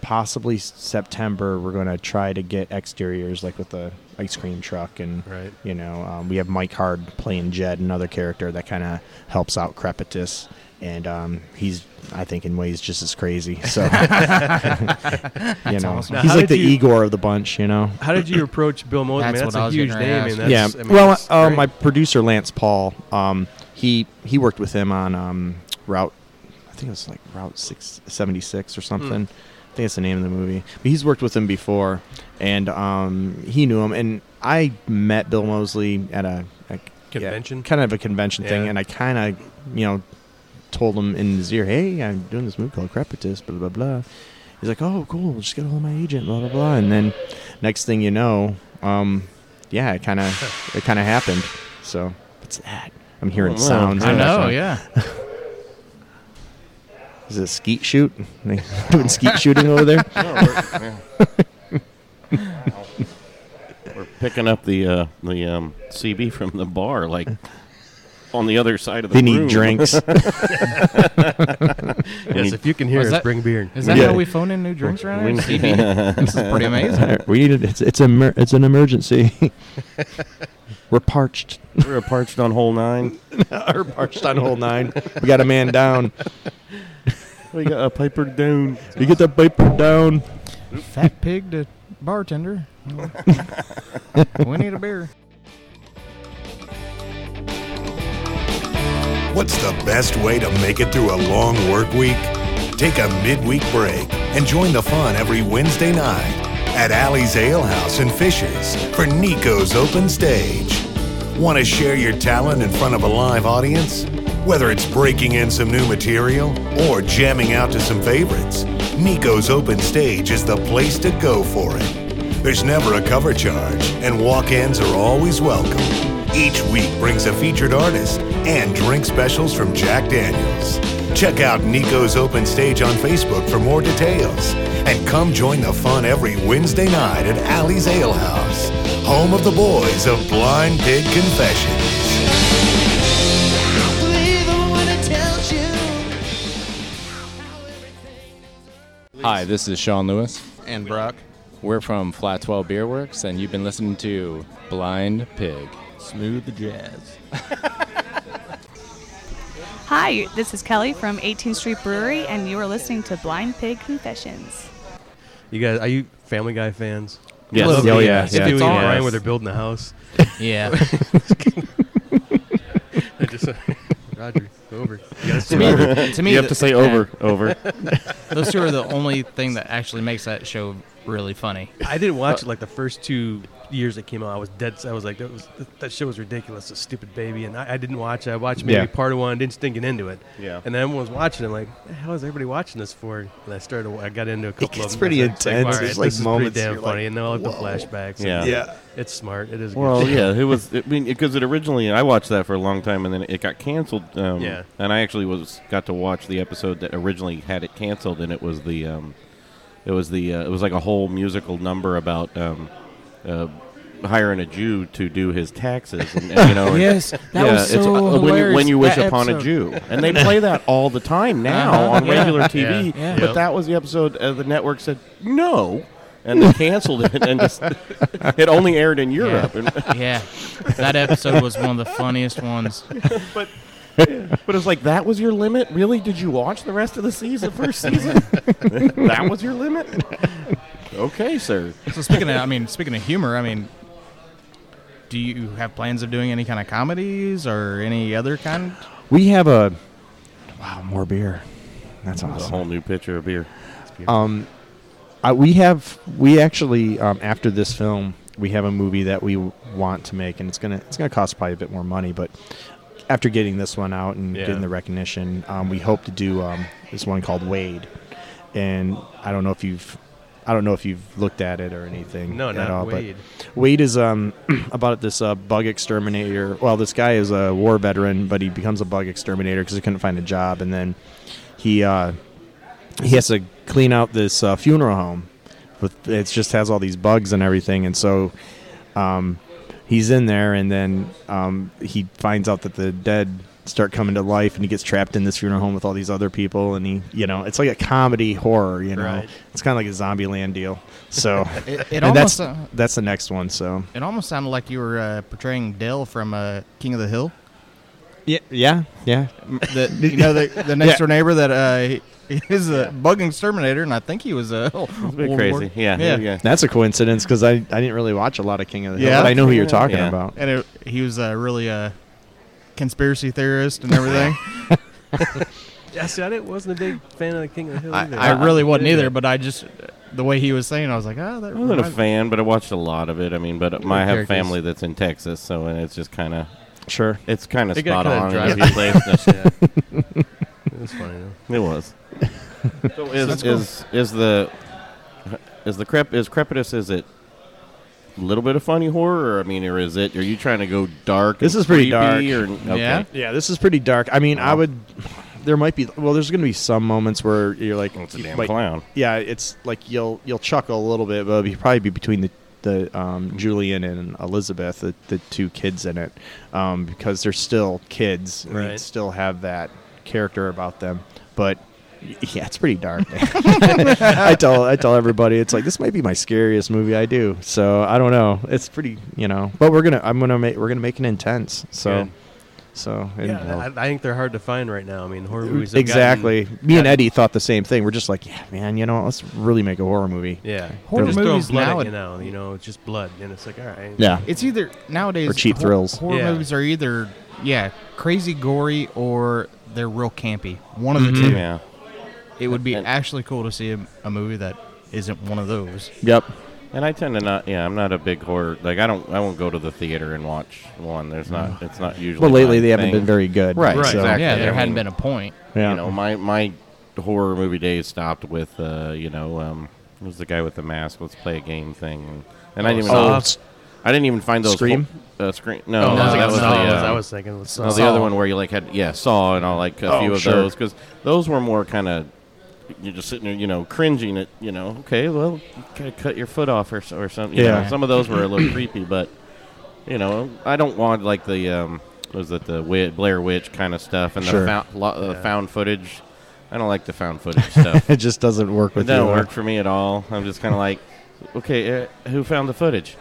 Speaker 4: possibly s- September we're gonna try to get exteriors, like with the ice cream truck and
Speaker 3: Right.
Speaker 4: you know, um, we have Mike Hard playing Jed, another character that kind of helps out Crepitus, and um, he's, I think, in ways just as crazy. So, you know,
Speaker 2: awesome.
Speaker 3: Now,
Speaker 4: he's
Speaker 3: how
Speaker 4: like the
Speaker 3: did you-
Speaker 4: Igor of the bunch, you know.
Speaker 3: How did you approach Bill Mosley? I mean,
Speaker 2: That's
Speaker 3: that's
Speaker 2: what I
Speaker 3: a
Speaker 2: was
Speaker 3: huge
Speaker 2: gonna
Speaker 3: name.
Speaker 2: ask.
Speaker 3: And that's,
Speaker 4: yeah.
Speaker 3: I mean,
Speaker 4: well,
Speaker 3: it's
Speaker 4: uh,
Speaker 3: great.
Speaker 4: my producer Lance Paul, um, he he worked with him on um, Route, I think it was like Route six seventy six or
Speaker 3: Hmm.
Speaker 4: something. I think that's the name of the movie. But he's worked with him before, and um, he knew him. And I met Bill Mosley at a, a
Speaker 3: Convention?
Speaker 4: kind of a convention thing,
Speaker 3: Yeah.
Speaker 4: and I kind of you know told him in his ear, "Hey, I'm doing this movie called Crepitus, blah blah blah." He's like, "Oh, cool. Just get a hold of my agent, blah blah blah." And then next thing you know, um, yeah, it kind of it kind of happened. So what's that? I'm hearing
Speaker 5: Oh, wow.
Speaker 4: sounds.
Speaker 2: I
Speaker 5: Yeah,
Speaker 2: know.
Speaker 4: So-
Speaker 2: Yeah.
Speaker 4: Is it a skeet shoot? They doing skeet shooting over there?
Speaker 5: No, we're, yeah. We're picking up the uh, the um, CB from the bar, like on the other side of the.
Speaker 4: They need
Speaker 5: room.
Speaker 4: drinks.
Speaker 3: yes, if you can hear
Speaker 2: Was
Speaker 3: us,
Speaker 2: that-
Speaker 3: bring beer.
Speaker 2: Is that
Speaker 4: Yeah.
Speaker 2: how we phone in new drinks around here?
Speaker 5: We-
Speaker 2: CB? this is pretty amazing.
Speaker 4: we need it. It's it's, emer- it's an emergency. We're parched.
Speaker 5: We're parched on hole nine.
Speaker 4: We're parched on hole nine. We got a man down.
Speaker 5: We got a Piper down.
Speaker 4: We get the paper down.
Speaker 2: Fat pig to bartender. we need a beer.
Speaker 6: What's the best way to make it through a long work week? Take a midweek break and join the fun every Wednesday night at Alley's Ale House in Fishers for Nico's Open Stage. Want to share your talent in front of a live audience? Whether it's breaking in some new material or jamming out to some favorites, Nico's Open Stage is the place to go for it. There's never a cover charge, and walk ins are always welcome. Each week brings a featured artist and drink specials from Jack Daniels. Check out Nico's Open Stage on Facebook for more details. And come join the fun every Wednesday night at Alley's Ale House, home of the boys of Blind Pig Confessions.
Speaker 7: Hi, this is Sean Lewis.
Speaker 2: And Brock.
Speaker 7: We're from Flat 12 Beer Works, and you've been listening to Blind Pig.
Speaker 5: Smooth the jazz.
Speaker 8: Hi, this is Kelly from 18th Street Brewery, and you are listening to Blind Pig Confessions.
Speaker 3: You guys, are you Family Guy fans?
Speaker 5: Yes.
Speaker 3: Love
Speaker 4: Oh,
Speaker 3: Family
Speaker 4: yeah,
Speaker 3: Guy.
Speaker 4: yeah.
Speaker 3: Stewie
Speaker 2: It's
Speaker 3: and
Speaker 2: on.
Speaker 3: Ryan, where they're building the house.
Speaker 2: Yeah.
Speaker 3: I just, Roger, go over. You gotta
Speaker 2: to
Speaker 3: sit over.
Speaker 2: me, to me
Speaker 5: You have
Speaker 2: the-
Speaker 5: to say
Speaker 2: yeah,
Speaker 5: over, over.
Speaker 2: those two are the only thing that actually makes that show really funny.
Speaker 3: I didn't watch it like the first two years it came out. I was dead. I was like, that was that, that show was ridiculous. A stupid baby, and I, I didn't watch. it. I watched maybe
Speaker 4: Yeah.
Speaker 3: part of one, didn't stink it into it.
Speaker 5: Yeah.
Speaker 3: And then everyone was watching. it like, "What the hell is everybody watching this for? And I started. I got into a couple of.
Speaker 4: gets
Speaker 3: them.
Speaker 4: pretty
Speaker 3: I was
Speaker 4: intense.
Speaker 3: "All
Speaker 4: There's,
Speaker 3: right,
Speaker 4: like,
Speaker 3: this is
Speaker 4: moments
Speaker 3: pretty damn
Speaker 4: you're like,
Speaker 3: funny, and then I like the flashbacks. and
Speaker 5: Yeah.
Speaker 4: Yeah.
Speaker 3: It's smart. It is. a good
Speaker 5: Well,
Speaker 3: show.
Speaker 5: yeah, it was. I mean, because it originally I watched that for a long time, and then it got canceled. Um,
Speaker 3: Yeah.
Speaker 5: And I actually was got to watch the episode that originally had it canceled, and it was the um, It was the uh, it was like a whole musical number about um, uh, hiring a Jew to do his taxes. And, and, you know, and-
Speaker 2: Yes, that
Speaker 5: Oh, yeah,
Speaker 2: was
Speaker 5: it's,
Speaker 2: so
Speaker 5: uh, when you, when
Speaker 2: hilarious,
Speaker 5: you wish
Speaker 2: that
Speaker 5: upon a
Speaker 2: episode.
Speaker 5: Jew, and they play that all the time now
Speaker 2: Uh-huh,
Speaker 5: on
Speaker 2: yeah.
Speaker 5: regular TV.
Speaker 2: Yeah, yeah.
Speaker 5: But
Speaker 3: Yep.
Speaker 5: that was the episode uh, the network said no. And they canceled it, and just it only aired in Europe. And,
Speaker 2: yeah, that episode was one of the funniest ones.
Speaker 5: But it's like that was your limit. Really? Did you watch the rest of the season, the first season? that was your limit. Okay, sir.
Speaker 2: So speaking of, I mean, speaking of humor, I mean, do you have plans of doing any kind of comedies or any other kind?
Speaker 4: We have a wow more beer. That's awesome.
Speaker 5: new pitcher of beer.
Speaker 4: Uh, we have we actually um, after this film we have a movie that we w- want to make and it's gonna it's gonna cost probably a bit more money but after getting this one out and
Speaker 3: Yeah.
Speaker 4: getting the recognition um, we hope to do um, this one called Wade and I don't know if you've I don't know if you've looked at it or anything
Speaker 3: No,
Speaker 4: at
Speaker 3: not
Speaker 4: all,
Speaker 3: Wade.
Speaker 4: but Wade is um, about this uh, bug exterminator well this guy is a war veteran but he becomes a bug exterminator because he couldn't find a job and then he uh, he has to clean out this uh, funeral home with it just has all these bugs and everything and so um, he's in there and then um, he finds out that the dead start coming to life and he gets trapped in this funeral home with all these other people and he you know it's like a comedy horror you know
Speaker 3: Right.
Speaker 4: it's kind of like a zombie land deal so
Speaker 2: It, it
Speaker 4: and
Speaker 2: almost
Speaker 4: that's
Speaker 2: uh,
Speaker 4: that's the next one so
Speaker 2: it almost sounded like you were uh, portraying Dell from uh, King of the Hill.
Speaker 4: yeah yeah yeah
Speaker 2: The, you know, the, the next door neighbor that uh, he- he is a bug exterminator, and I think he was a,
Speaker 5: A bit crazy. Yeah. Oh, Yeah.
Speaker 4: that's a coincidence because I, I didn't really watch a lot of king of the hill
Speaker 2: Yeah.
Speaker 4: but i know who you're talking
Speaker 5: Yeah.
Speaker 4: about
Speaker 2: and it, he was uh, really a conspiracy theorist and everything.
Speaker 3: Yeah, see, I didn't, wasn't a big fan of the King of the Hill
Speaker 5: I-
Speaker 3: either.
Speaker 2: I really wasn't either, but I just the way he was saying, I was like, ah, that
Speaker 5: I wasn't a
Speaker 2: reminds-
Speaker 5: fan, but I watched a lot of it. I mean, but my, I have
Speaker 2: characters.
Speaker 5: family that's in Texas, so and it's just kind of
Speaker 4: sure
Speaker 5: it's kind of
Speaker 3: They got
Speaker 5: spot on
Speaker 3: kinda
Speaker 5: in a
Speaker 3: drivey.
Speaker 5: few places.
Speaker 3: it was funny though.
Speaker 5: It was. so is is is the is the crep is crepitus is it a little bit of funny horror? Or, I mean, or is it? Are you trying to go dark?
Speaker 4: This
Speaker 5: and
Speaker 4: is pretty
Speaker 5: creepy,
Speaker 4: dark.
Speaker 5: Or, okay.
Speaker 2: Yeah.
Speaker 4: Yeah, this is pretty dark. I mean, I
Speaker 5: Wow.
Speaker 4: would. There might be. Well, there's going to be some moments where you're like,
Speaker 5: Well, Oh, it's a damn
Speaker 4: like-
Speaker 5: clown.
Speaker 4: Yeah, it's like you'll you'll chuckle a little bit, but it'll probably be between the the um, Julian and Elizabeth, the, the two kids in it, um, because they're still kids. and They
Speaker 3: Right.
Speaker 4: still have that character about them, but. Yeah, it's pretty dark. man. I tell I tell everybody it's like this might be my scariest movie I do. So I don't know. It's pretty, you know. But we're gonna I'm gonna make we're gonna make it intense. So,
Speaker 3: Good.
Speaker 4: so and-
Speaker 3: Yeah, I, I think they're hard to find right now. I mean, horror movies. have
Speaker 4: Exactly.
Speaker 3: gotten-
Speaker 4: Me and Eddie thought the same thing. We're just like, yeah, man, you know, let's really make a horror movie.
Speaker 3: Yeah,
Speaker 2: Horror
Speaker 3: They're just throwing
Speaker 2: movies
Speaker 3: blood
Speaker 2: now-
Speaker 3: at you now. You know, it's just blood, and it's like, all right.
Speaker 4: Yeah.
Speaker 2: It's either nowadays
Speaker 4: Or cheap
Speaker 2: hor-
Speaker 4: thrills.
Speaker 2: Horror
Speaker 3: Yeah.
Speaker 2: movies are either yeah crazy gory or they're real campy. One of
Speaker 4: Mm-hmm.
Speaker 2: the two.
Speaker 5: Yeah.
Speaker 2: It would be
Speaker 5: And-
Speaker 2: actually cool to see a, a movie that isn't one of those.
Speaker 4: Yep.
Speaker 5: And I tend to not. Yeah, I'm not a big horror. Like I don't. I won't go to the theater and watch one. There's not. It's not usually.
Speaker 4: Mm. Well, lately
Speaker 5: my
Speaker 4: they haven't
Speaker 5: thing.
Speaker 4: been very good.
Speaker 5: Right,
Speaker 4: So,
Speaker 5: exactly.
Speaker 2: Yeah,
Speaker 5: Yeah,
Speaker 2: there
Speaker 5: I
Speaker 2: hadn't
Speaker 5: mean-
Speaker 2: been a point.
Speaker 4: Yeah.
Speaker 5: You know, my my horror movie days stopped with uh, you know, um, it was the guy with the mask. Let's play a game thing, and, and I didn't even.
Speaker 4: oh,
Speaker 5: know- I didn't even find those.
Speaker 4: Scream?
Speaker 5: Ho- uh, scream. No,
Speaker 3: Oh,
Speaker 5: no,
Speaker 3: that's
Speaker 5: that
Speaker 3: like
Speaker 5: was the.
Speaker 3: Saw, that's what I
Speaker 5: Uh,
Speaker 3: was thinking. was
Speaker 5: no, the
Speaker 3: Saw.
Speaker 5: other one where you like had yeah Saw and all like a
Speaker 4: Oh,
Speaker 5: few of
Speaker 4: sure.
Speaker 5: those because those were more kind of. You're just sitting there, you know, cringing at, you know, okay, well, you gotta cut your foot off or, s- or something. you
Speaker 4: Yeah.
Speaker 5: know. some of those were a little creepy, but you know, I don't want like the um, what was it the wi- Blair Witch kind of stuff and
Speaker 4: Sure.
Speaker 5: the found, lo- uh, found footage. I don't like the found footage stuff.
Speaker 4: It just doesn't work
Speaker 5: it
Speaker 4: with
Speaker 5: doesn't
Speaker 4: you.
Speaker 5: work for me at all. I'm just kind of like, okay, uh, who found the footage?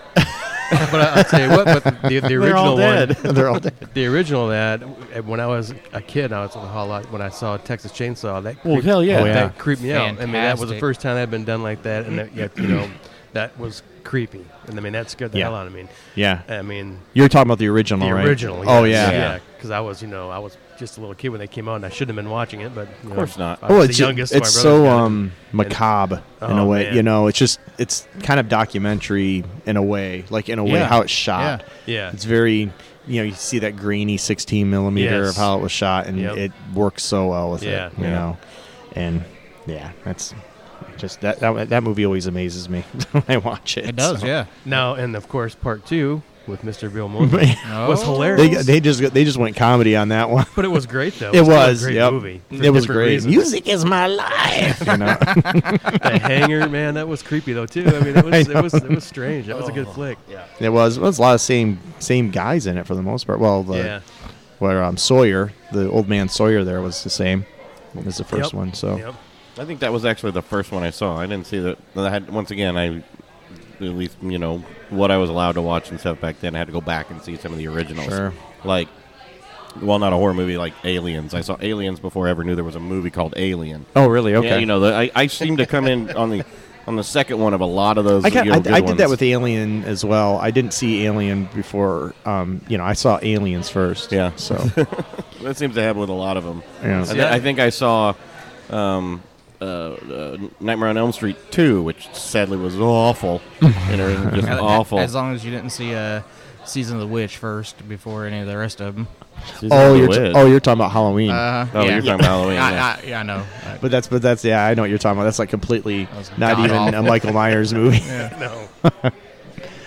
Speaker 3: but I, I'll tell you what. But the, the original
Speaker 5: They're all
Speaker 3: one,
Speaker 5: dead.
Speaker 4: They're all dead.
Speaker 3: the original of that. uh, When I was a kid, I was in the hall lot when I saw Texas Chainsaw. That
Speaker 5: Well,
Speaker 3: creep-
Speaker 5: hell yeah.
Speaker 4: Oh, yeah.
Speaker 3: that creeped me out. I mean, that was the
Speaker 2: Fantastic.
Speaker 3: first time that had been done like that, and that, yet, you know, that was creepy. And I mean, that scared the
Speaker 4: Yeah.
Speaker 3: hell out of me.
Speaker 4: Yeah.
Speaker 3: I mean,
Speaker 4: You're talking about the original,
Speaker 3: the
Speaker 4: right?
Speaker 3: original.
Speaker 4: Oh
Speaker 3: yes,
Speaker 4: yeah.
Speaker 5: Yeah.
Speaker 3: yeah. Because I was, you know, I was just a little kid when they came out, and I shouldn't have been watching it. But you
Speaker 5: Of course
Speaker 3: know,
Speaker 5: not.
Speaker 3: I
Speaker 4: Oh,
Speaker 3: was
Speaker 4: it's
Speaker 3: the youngest.
Speaker 4: it's
Speaker 3: my brother
Speaker 4: so
Speaker 3: got it.
Speaker 4: um macabre in a
Speaker 3: Oh,
Speaker 4: way.
Speaker 3: man.
Speaker 4: You know, it's just it's kind of documentary in a way, like in a way
Speaker 2: Yeah.
Speaker 4: how it's shot.
Speaker 2: Yeah.
Speaker 3: Yeah.
Speaker 4: It's very, you know, you see that grainy 16 millimeter
Speaker 3: Yes.
Speaker 4: of how it was shot, and
Speaker 3: Yep.
Speaker 4: it works so well with
Speaker 3: Yeah.
Speaker 4: it, you
Speaker 3: Yeah.
Speaker 4: know, and yeah, that's just that that, that movie always amazes me when I watch it.
Speaker 2: It does,
Speaker 4: so.
Speaker 2: yeah.
Speaker 3: Now, and of course, part two with Mr. Bill Mosley was hilarious.
Speaker 4: Oh. They, they just they just went comedy on that one.
Speaker 3: but it was great though.
Speaker 4: It
Speaker 3: still
Speaker 4: was
Speaker 3: a great
Speaker 4: yep.
Speaker 3: movie. for
Speaker 4: It was
Speaker 3: different
Speaker 4: great.
Speaker 3: reasons.
Speaker 4: Music is my life. You know?
Speaker 3: the Hanger, man, that was creepy though too. I mean, it was
Speaker 4: know. Oh,
Speaker 3: it was it was strange. That was a good flick. Yeah.
Speaker 4: it was it was a lot of same same guys in it for the most part. Well, the
Speaker 3: Yeah.
Speaker 4: where um, Sawyer, the old man Sawyer, there was the same. It was the first
Speaker 3: Yep.
Speaker 4: one. So
Speaker 3: Yep.
Speaker 5: I think that was actually the first one I saw. I didn't see that. I had, once again, I at least you know what I was allowed to watch and stuff back then. I had to go back and see some of the originals.
Speaker 4: Sure.
Speaker 5: Like, well, not a horror movie like Aliens. I saw Aliens before I ever knew there was a movie called Alien.
Speaker 4: oh really? Okay.
Speaker 5: Yeah, you know, the, I I seem to come in on the on the second one of a lot of those.
Speaker 4: I, kind
Speaker 5: you know,
Speaker 4: I,
Speaker 5: good
Speaker 4: I did that
Speaker 5: ones.
Speaker 4: with Alien as well. I didn't see Alien before. Um, you know, I saw Aliens first.
Speaker 5: Yeah.
Speaker 4: So
Speaker 5: That seems to happen with a lot of them.
Speaker 4: Yeah.
Speaker 5: I, thi- I think I saw um, uh, uh, Nightmare on Elm Street 2, which sadly was awful. and it was just
Speaker 2: A- a-
Speaker 5: awful.
Speaker 2: As long as you didn't see uh, Season of the Witch first before any of the rest of them.
Speaker 5: Season
Speaker 4: oh,
Speaker 5: of the
Speaker 4: you're t-
Speaker 5: Witch.
Speaker 4: oh you're talking about Halloween.
Speaker 2: Uh,
Speaker 3: Uh-huh.
Speaker 5: Oh,
Speaker 2: yeah.
Speaker 5: you're talking about Halloween.
Speaker 2: I,
Speaker 5: yeah.
Speaker 2: I, yeah, I know. I-
Speaker 4: but that's but that's yeah. I know what you're talking about. That's like completely
Speaker 2: was
Speaker 4: not even a
Speaker 2: god-awful.
Speaker 4: Michael Myers movie.
Speaker 3: No.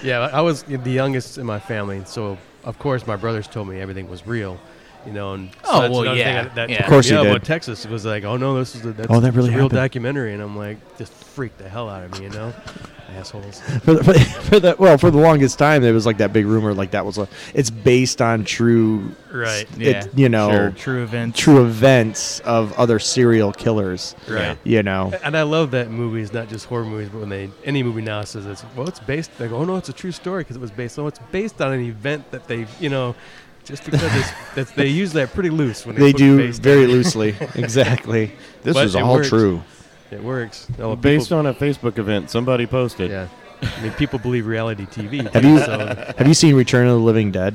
Speaker 3: yeah, I was the youngest in my family, so of course my brothers told me everything was real. You know, and so
Speaker 2: Oh,
Speaker 3: that's
Speaker 2: well,
Speaker 3: another thing
Speaker 2: yeah,
Speaker 3: that- that
Speaker 2: yeah.
Speaker 3: took
Speaker 2: Of
Speaker 4: course
Speaker 3: me
Speaker 4: you
Speaker 3: up
Speaker 4: did.
Speaker 3: with Texas was like, oh no, this is a, that's,
Speaker 4: Oh, that
Speaker 3: it's
Speaker 4: really
Speaker 3: a real
Speaker 4: happened.
Speaker 3: documentary, and I'm like, just freaked the hell out of me, you know, assholes.
Speaker 4: for the, for, the, for the well for the longest time there was like that big rumor like that was a it's based on true
Speaker 3: Right.
Speaker 2: Yeah.
Speaker 4: it, you know
Speaker 2: Sure. True events.
Speaker 4: true events of other serial killers
Speaker 3: Right.
Speaker 4: you know
Speaker 3: And I love that movies, not just horror movies, but when they any movie now says it's well, it's based. They go, oh no, it's a true story because it was based. on it's based on an event that they, you know, just because it's, that's, they use that pretty loose when they,
Speaker 4: they
Speaker 3: put
Speaker 4: do
Speaker 3: based.
Speaker 4: very loosely exactly this
Speaker 3: But
Speaker 4: is
Speaker 3: it
Speaker 4: all
Speaker 3: works.
Speaker 4: true
Speaker 3: It works. No,
Speaker 5: Well,
Speaker 3: people-
Speaker 5: based on a Facebook event somebody posted.
Speaker 3: Yeah. I mean, people believe reality TV.
Speaker 4: have
Speaker 3: too,
Speaker 4: you
Speaker 3: So
Speaker 4: have you seen Return of the Living Dead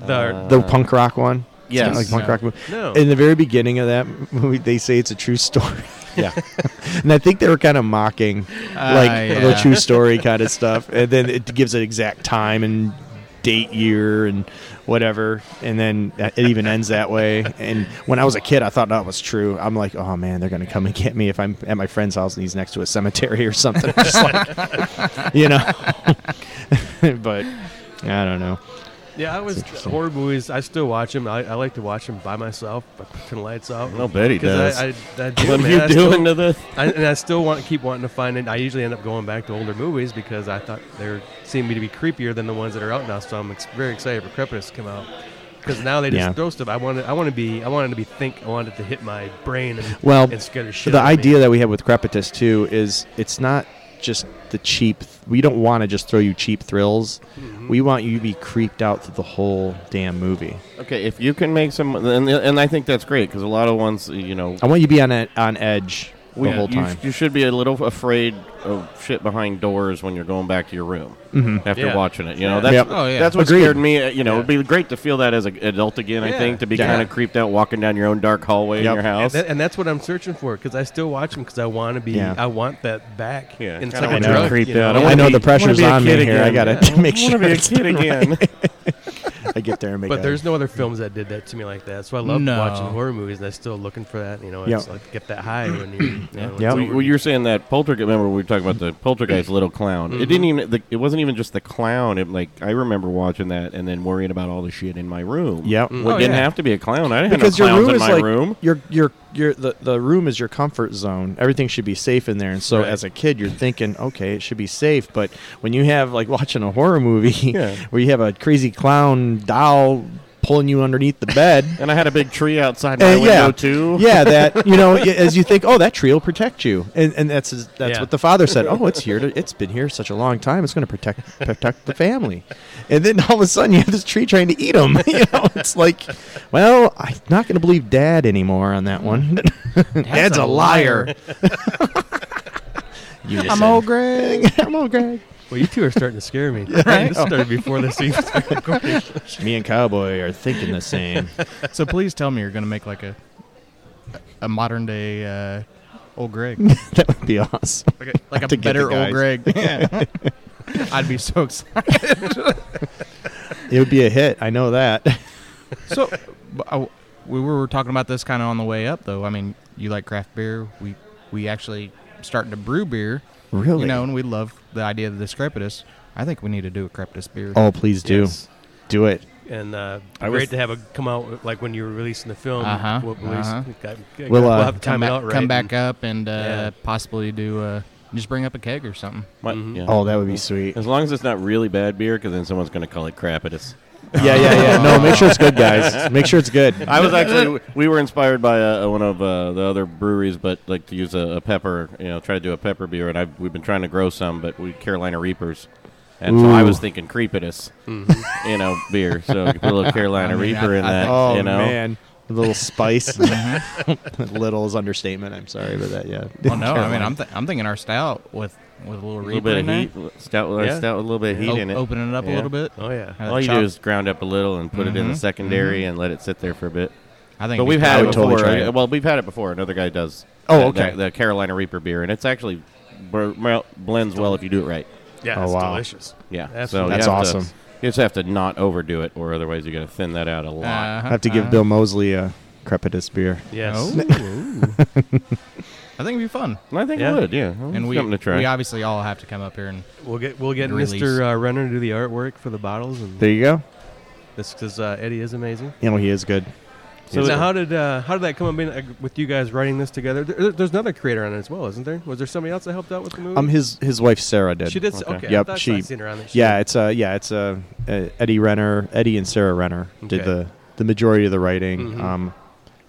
Speaker 3: the,
Speaker 5: Uh,
Speaker 4: the punk rock one It's
Speaker 5: Yes.
Speaker 4: kinda like punk
Speaker 2: No.
Speaker 4: rock movie.
Speaker 3: no.
Speaker 4: in the very beginning of that movie they say it's a true story
Speaker 5: Yeah.
Speaker 4: and I think they were kind of mocking like
Speaker 2: Uh, Ah, yeah.
Speaker 4: the true story kind of stuff. And then it gives an exact time and date, year, and whatever. And then it even ends that way. And when I was a kid, I thought that was true. I'm like, oh man, they're going to come and get me if I'm at my friend's house and he's next to a cemetery or something. Just like, you know. but I don't know.
Speaker 3: yeah, I was horror movies. I still watch them. I, I like to watch them by myself, by putting the lights out.
Speaker 5: I'll bet he
Speaker 3: 'Cause I,
Speaker 5: does.
Speaker 3: I, I do,
Speaker 5: what are
Speaker 3: man.
Speaker 5: you
Speaker 3: I still-
Speaker 5: doing to this?
Speaker 3: I, and I still want keep wanting to find it. I usually end up going back to older movies because I thought they are seem to be creepier than the ones that are out now. So I'm ex- very excited for Crepitus to come out because now they just
Speaker 4: Yeah.
Speaker 3: throw stuff. I wanted, I want to be, I wanted to be think. I wanted to hit my brain and,
Speaker 4: Well,
Speaker 3: and scare the shit.
Speaker 4: the
Speaker 3: out of me.
Speaker 4: idea that we have with Crepitus too is it's not just the cheap. We don't want to just throw you cheap thrills.
Speaker 5: Mm-hmm.
Speaker 4: We want you to be creeped out through the whole damn movie.
Speaker 5: Okay, if you can make some, and, and I think that's great because a lot of ones, you know,
Speaker 4: I want you to be on ed- on edge the whole
Speaker 5: Oh, you,
Speaker 4: time.
Speaker 5: You should be a little afraid of shit behind doors when you're going back to your room after
Speaker 3: Yeah.
Speaker 5: watching it. You know, that's
Speaker 4: Yep.
Speaker 2: Oh, yeah.
Speaker 5: that's what
Speaker 4: Agreed.
Speaker 5: scared me. uh, You know, it'd be great to feel that as an adult again. I
Speaker 3: Yeah.
Speaker 5: think to be
Speaker 4: Yeah.
Speaker 5: kind of creeped out walking down your own dark hallway
Speaker 4: Yep.
Speaker 5: in your house.
Speaker 3: That- and that's what I'm searching for because I still watch them because I want to be.
Speaker 4: Yeah.
Speaker 3: I want that back.
Speaker 5: Yeah,
Speaker 3: and it's
Speaker 5: kinda
Speaker 3: like a
Speaker 4: wanna be
Speaker 3: drug.
Speaker 5: creeped
Speaker 3: you know?
Speaker 5: out. I
Speaker 4: I,
Speaker 5: wanna
Speaker 4: know
Speaker 5: be-
Speaker 4: the
Speaker 5: I wanna
Speaker 4: pressure's
Speaker 5: be a
Speaker 4: on me
Speaker 5: kid
Speaker 4: here. I
Speaker 5: again.
Speaker 4: gotta
Speaker 5: Yeah.
Speaker 4: make
Speaker 5: I
Speaker 4: sure.
Speaker 5: want to be a
Speaker 4: it's
Speaker 5: kid
Speaker 4: right.
Speaker 5: again.
Speaker 4: I get there and make.
Speaker 3: But there's no other films that did that to me like that. So I love
Speaker 2: No.
Speaker 3: watching horror movies, and I'm still looking for that. You know,
Speaker 4: Yeah.
Speaker 3: it's like get that high when you. you know, it's
Speaker 4: Yeah.
Speaker 5: Well,
Speaker 3: over.
Speaker 5: you- well, you were saying that poltergeist. Remember, we were talking about the poltergeist little clown. It didn't
Speaker 4: Mm-hmm.
Speaker 5: even. The, it wasn't even just the clown. It like I remember watching that and then worrying about all the shit in my room.
Speaker 4: Yep.
Speaker 5: Well,
Speaker 4: Oh,
Speaker 5: it didn't
Speaker 4: yeah.
Speaker 5: have to be a clown. I didn't
Speaker 4: because
Speaker 5: have
Speaker 4: your
Speaker 5: no clowns
Speaker 4: room
Speaker 5: in
Speaker 4: is
Speaker 5: my
Speaker 4: like
Speaker 5: room.
Speaker 4: your your your the, the room is your comfort zone. Everything should be safe in there. And so
Speaker 3: Right.
Speaker 4: as a kid, you're thinking, okay, it should be safe. But when you have like watching a horror movie
Speaker 5: Yeah.
Speaker 4: where you have a crazy clown doll pulling you underneath the bed.
Speaker 5: And I had a big tree outside my
Speaker 4: Uh,
Speaker 5: window
Speaker 4: yeah.
Speaker 5: too.
Speaker 4: Yeah, that you know, y- as you think, oh, that tree will protect you, and and that's that's
Speaker 3: Yeah.
Speaker 4: what the father said. Oh, it's here. To, it's been here such a long time. It's going to protect protect the family, and then all of a sudden you have this tree trying to eat him. you know, it's like, well, I'm not going to believe Dad anymore on that one. Dad's, a
Speaker 2: a
Speaker 4: liar. You
Speaker 2: I'm
Speaker 4: said-
Speaker 2: old Greg.
Speaker 4: I'm old Greg.
Speaker 3: Well, you two are starting to scare me. This started before this even started recording.
Speaker 4: Me and Cowboy are thinking the same.
Speaker 2: so please tell me you're going to make like a a modern day uh, old Greg.
Speaker 4: that would be awesome.
Speaker 2: Like a, like
Speaker 4: To
Speaker 2: a
Speaker 4: get the
Speaker 2: better old
Speaker 4: guys.
Speaker 2: Greg. Yeah. I'd be so excited.
Speaker 4: It would be a hit. I know that.
Speaker 2: So but I- we were talking about this kind of on the way up, though. I mean, you like craft beer. We we actually starting to brew beer.
Speaker 4: Really?
Speaker 2: You know, and we love the idea of the discrepitus. I think we need to do a Creptus beer.
Speaker 4: Oh, please do,
Speaker 3: Yes.
Speaker 4: do it.
Speaker 3: And uh,
Speaker 5: I
Speaker 3: great
Speaker 5: was-
Speaker 3: to have it come out like when you were releasing the film.
Speaker 2: Uh-huh,
Speaker 3: We'll, release-
Speaker 2: uh-huh.
Speaker 3: got- got-
Speaker 4: We'll,
Speaker 3: we'll
Speaker 4: uh,
Speaker 3: have to
Speaker 2: come
Speaker 3: time it
Speaker 2: back,
Speaker 3: out right.
Speaker 2: come back
Speaker 3: and-
Speaker 2: up and uh,
Speaker 3: Yeah.
Speaker 2: possibly do uh, just bring up a keg or something.
Speaker 5: My-
Speaker 3: Mhm.
Speaker 5: yeah.
Speaker 4: Oh, that would be sweet.
Speaker 5: As long as it's not really bad beer, because then someone's going to call it crapitus.
Speaker 4: Yeah, yeah, yeah. No, make sure it's good, guys. Make sure it's good.
Speaker 5: I was actually, we were inspired by uh, one of uh, the other breweries, but like to use a, a pepper, you know, try to do a pepper beer, and I've, we've been trying to grow some, but we Carolina Reapers, and so I
Speaker 4: Ooh.
Speaker 5: was thinking creepitus, you know, beer. So you put a little Carolina
Speaker 2: I mean,
Speaker 5: Reaper
Speaker 2: I-
Speaker 5: in
Speaker 2: I
Speaker 5: that,
Speaker 2: think-
Speaker 4: Oh
Speaker 5: you know.
Speaker 4: man, a little spice.
Speaker 3: Mm-hmm.
Speaker 4: little is understatement. I'm sorry about that. Yeah.
Speaker 3: Uh-huh.
Speaker 2: Well, Oh, no, I mean I'm, th- I'm thinking our stout with with a little
Speaker 5: A little bit
Speaker 2: in
Speaker 5: of
Speaker 2: there.
Speaker 5: heat, stout, with-
Speaker 3: Yeah.
Speaker 5: stout with a little bit of heat
Speaker 2: O-
Speaker 5: in it.
Speaker 2: Open it up a
Speaker 5: Yeah.
Speaker 2: little bit.
Speaker 3: Oh yeah.
Speaker 2: Have
Speaker 5: All
Speaker 2: it
Speaker 5: you
Speaker 2: chop.
Speaker 5: do is ground up a little and put it in the
Speaker 2: Mhm,
Speaker 5: secondary and let it sit there for a bit.
Speaker 2: I think.
Speaker 5: But
Speaker 2: it'd
Speaker 5: we've
Speaker 2: be
Speaker 5: had
Speaker 4: I
Speaker 5: it
Speaker 4: would
Speaker 5: before. uh,
Speaker 4: totally try it.
Speaker 5: Well, we've had it before. Another guy does.
Speaker 4: Oh,
Speaker 5: the-
Speaker 4: okay.
Speaker 5: The, the Carolina Reaper beer, and it's actually br- mel- blends well if you do it right.
Speaker 3: Yeah,
Speaker 4: Oh,
Speaker 3: it's
Speaker 4: wow.
Speaker 3: delicious.
Speaker 5: Yeah,
Speaker 3: Absolutely.
Speaker 5: you
Speaker 4: That's
Speaker 5: have to-
Speaker 4: awesome.
Speaker 5: you just have to not overdo it, or otherwise you're going to thin that out a
Speaker 2: good.
Speaker 5: lot.
Speaker 2: Uh-huh,
Speaker 4: I have to give
Speaker 2: uh-huh.
Speaker 4: Bill Mosley a crepitus beer.
Speaker 3: Yes.
Speaker 2: Oh. I think it'd be fun.
Speaker 5: And I think
Speaker 3: Yeah.
Speaker 5: it would. Yeah,
Speaker 2: And we,
Speaker 5: Mm, something to try.
Speaker 2: we obviously all have to come up here and
Speaker 3: We'll get we'll get
Speaker 2: Release.
Speaker 3: Mr. Uh, Renner to do the artwork for the bottles, and
Speaker 4: There you go.
Speaker 3: this because uh, Eddie is amazing.
Speaker 4: You know he is good.
Speaker 3: So
Speaker 5: Yes,
Speaker 3: now
Speaker 5: sir.
Speaker 3: how did uh, how did that come up being, uh, with you guys writing this together? There, there- there's another creator on it as well, isn't there? Was there somebody else that helped out with the movie?
Speaker 4: Um, his his wife Sarah did.
Speaker 3: she did. s-
Speaker 5: Okay.
Speaker 3: Okay. I
Speaker 4: Yep,
Speaker 3: thought- I
Speaker 4: she-
Speaker 3: seen her on it. She
Speaker 4: Yeah,
Speaker 3: did.
Speaker 4: it's uh, yeah, it's uh, uh, Eddie Renner, Eddie and Sarah Renner did
Speaker 3: Okay.
Speaker 4: the the majority of the writing.
Speaker 3: Mhm.
Speaker 4: Um,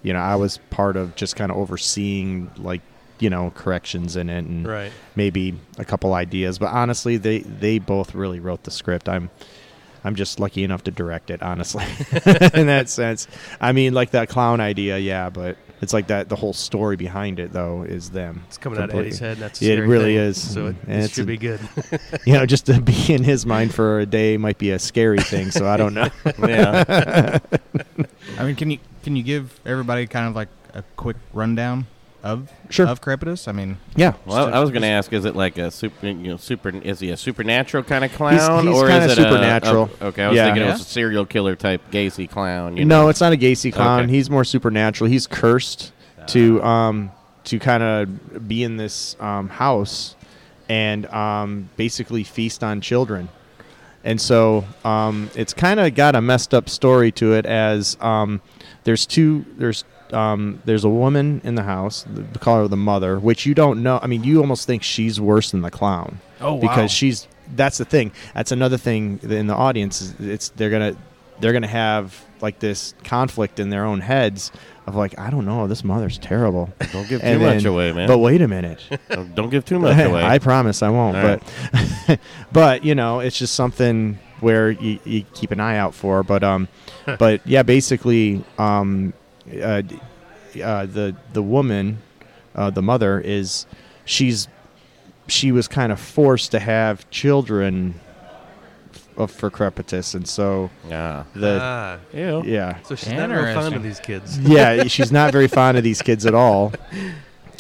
Speaker 4: you know, I was part of just kind of overseeing like you know corrections in it and
Speaker 3: right.
Speaker 4: maybe a couple ideas, but honestly, they they both really wrote the script. I'm I'm just lucky enough to direct it, honestly. in that sense, I mean, like that clown idea, yeah, but it's like that the whole story behind it though is them.
Speaker 3: It's coming out of
Speaker 4: completely.
Speaker 3: Eddie's head. and That's a
Speaker 4: Yeah, it
Speaker 3: scary
Speaker 4: really
Speaker 3: thing.
Speaker 4: is.
Speaker 3: So it,
Speaker 4: And
Speaker 3: it
Speaker 4: it's
Speaker 3: should
Speaker 4: a-
Speaker 3: be good.
Speaker 4: you know, just to be in his mind for a day might be a scary thing. So I don't know.
Speaker 5: yeah.
Speaker 2: I mean, can you can you give everybody kind of like a quick rundown of
Speaker 4: Sure.
Speaker 2: of Crepitus? I mean,
Speaker 4: yeah.
Speaker 5: Well, I was going to ask: Is it like a super? You know, super? Is he a supernatural kind of clown,
Speaker 4: he's
Speaker 5: or
Speaker 4: kinda
Speaker 5: is it a-
Speaker 4: supernatural.
Speaker 5: A, okay, I was
Speaker 4: Yeah.
Speaker 5: thinking it
Speaker 2: Yeah.
Speaker 5: was a serial killer type Gacy clown. You know?
Speaker 4: no, it's not a Gacy clown.
Speaker 5: Okay.
Speaker 4: He's more supernatural. He's cursed to um to kind of be in this um, house and um, basically feast on children. And so um, it's kind of got a messed up story to it as um, there's two there's um, there's a woman in the house, the we call her the mother, which you don't know. I mean, you almost think she's worse than the clown.
Speaker 2: Oh, wow.
Speaker 4: Because she's that's the thing. That's another thing that in the audience is it's they're gonna they're gonna have like this conflict in their own heads of like I don't know this mother's terrible.
Speaker 5: Don't give too
Speaker 4: And
Speaker 5: much
Speaker 4: then-
Speaker 5: away, man.
Speaker 4: But wait a minute.
Speaker 5: Don't- Don't give too much away.
Speaker 4: I promise I won't.
Speaker 5: All
Speaker 4: but but you know, it's just something where you, you keep an eye out for. But um, but yeah, basically, um, uh, d- uh, the the woman, uh, the mother is she's she was kind of forced to have children of for crepitus, and so
Speaker 5: yeah.
Speaker 4: the
Speaker 3: ah,
Speaker 5: Ew.
Speaker 4: yeah
Speaker 3: so she's not real
Speaker 2: Interesting.
Speaker 3: fond of these kids.
Speaker 4: yeah, she's not very fond of these kids at all.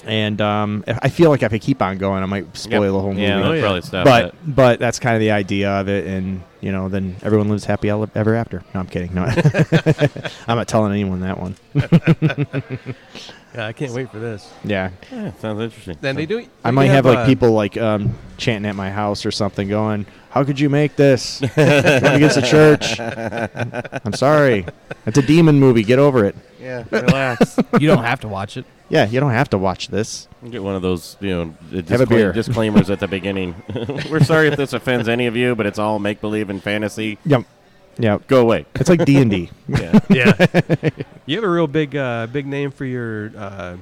Speaker 4: And um, I feel like if I keep on going, I might spoil the whole movie.
Speaker 5: Yeah,
Speaker 3: Oh,
Speaker 5: that'd
Speaker 3: yeah.
Speaker 5: probably stop
Speaker 4: but
Speaker 5: that.
Speaker 4: but that's kind of the idea of it, and you know, then everyone lives happy el- ever after. No, I'm kidding. No, I'm not telling anyone that one.
Speaker 3: Yeah, I can't wait for this.
Speaker 4: Yeah,
Speaker 5: Yeah, sounds interesting.
Speaker 3: Then they do. they
Speaker 4: I might have, like
Speaker 3: uh,
Speaker 4: people like um, chanting at my house or something, going, "How could you make this? Going against the church? I'm sorry. It's a demon movie. Get over it.
Speaker 5: Yeah, relax.
Speaker 2: you don't have to watch it.
Speaker 4: Yeah, you don't have to watch this.
Speaker 5: Get one of those, you know, the
Speaker 4: Have a
Speaker 5: disclaim-
Speaker 4: beer.
Speaker 5: disclaimers at the beginning. We're sorry if this offends any of you, but it's all make believe and fantasy.
Speaker 4: Yep, yep.
Speaker 5: Go away.
Speaker 4: It's like D and D.
Speaker 5: Yeah.
Speaker 3: yeah. you have a real big uh, big name for your uh,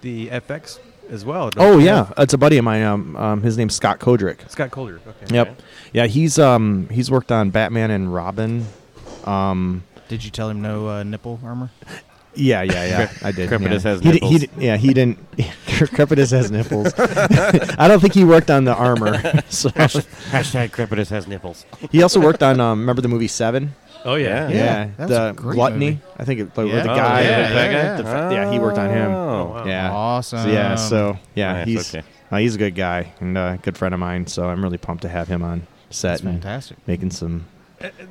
Speaker 3: the FX as well. don't
Speaker 4: Oh
Speaker 3: you?
Speaker 4: yeah, it's a buddy of mine. Um, um his name's Scott Kodrick.
Speaker 3: Scott Colder. Okay.
Speaker 4: Yep. Yeah, he's um he's worked on Batman and Robin. Um
Speaker 2: Did you tell him no uh, nipple armor?
Speaker 4: yeah, yeah, yeah. I did.
Speaker 5: Crepitus
Speaker 4: yeah.
Speaker 5: has
Speaker 4: He di- he
Speaker 5: nipples.
Speaker 4: di- yeah, he didn't. Crepitus has nipples. I don't think he worked on the armor. So
Speaker 5: Hashtag Crepitus has nipples.
Speaker 4: he also worked on. Um, remember the movie Seven?
Speaker 3: Oh yeah.
Speaker 5: Yeah.
Speaker 2: that was
Speaker 4: the
Speaker 2: a great
Speaker 4: gluttony.
Speaker 2: movie.
Speaker 4: I think it, like, where
Speaker 2: Yeah.
Speaker 4: the
Speaker 2: Oh,
Speaker 4: guy.
Speaker 2: yeah, yeah,
Speaker 4: the,
Speaker 2: yeah.
Speaker 4: the fa- yeah, he worked on him.
Speaker 3: Oh, wow.
Speaker 4: Yeah.
Speaker 2: Awesome.
Speaker 4: So, yeah. So yeah,
Speaker 5: Nice,
Speaker 4: he's
Speaker 5: okay.
Speaker 4: uh, he's a good guy and a good friend of mine. So I'm really pumped to have him on set
Speaker 2: that's
Speaker 4: and
Speaker 2: fantastic.
Speaker 4: making some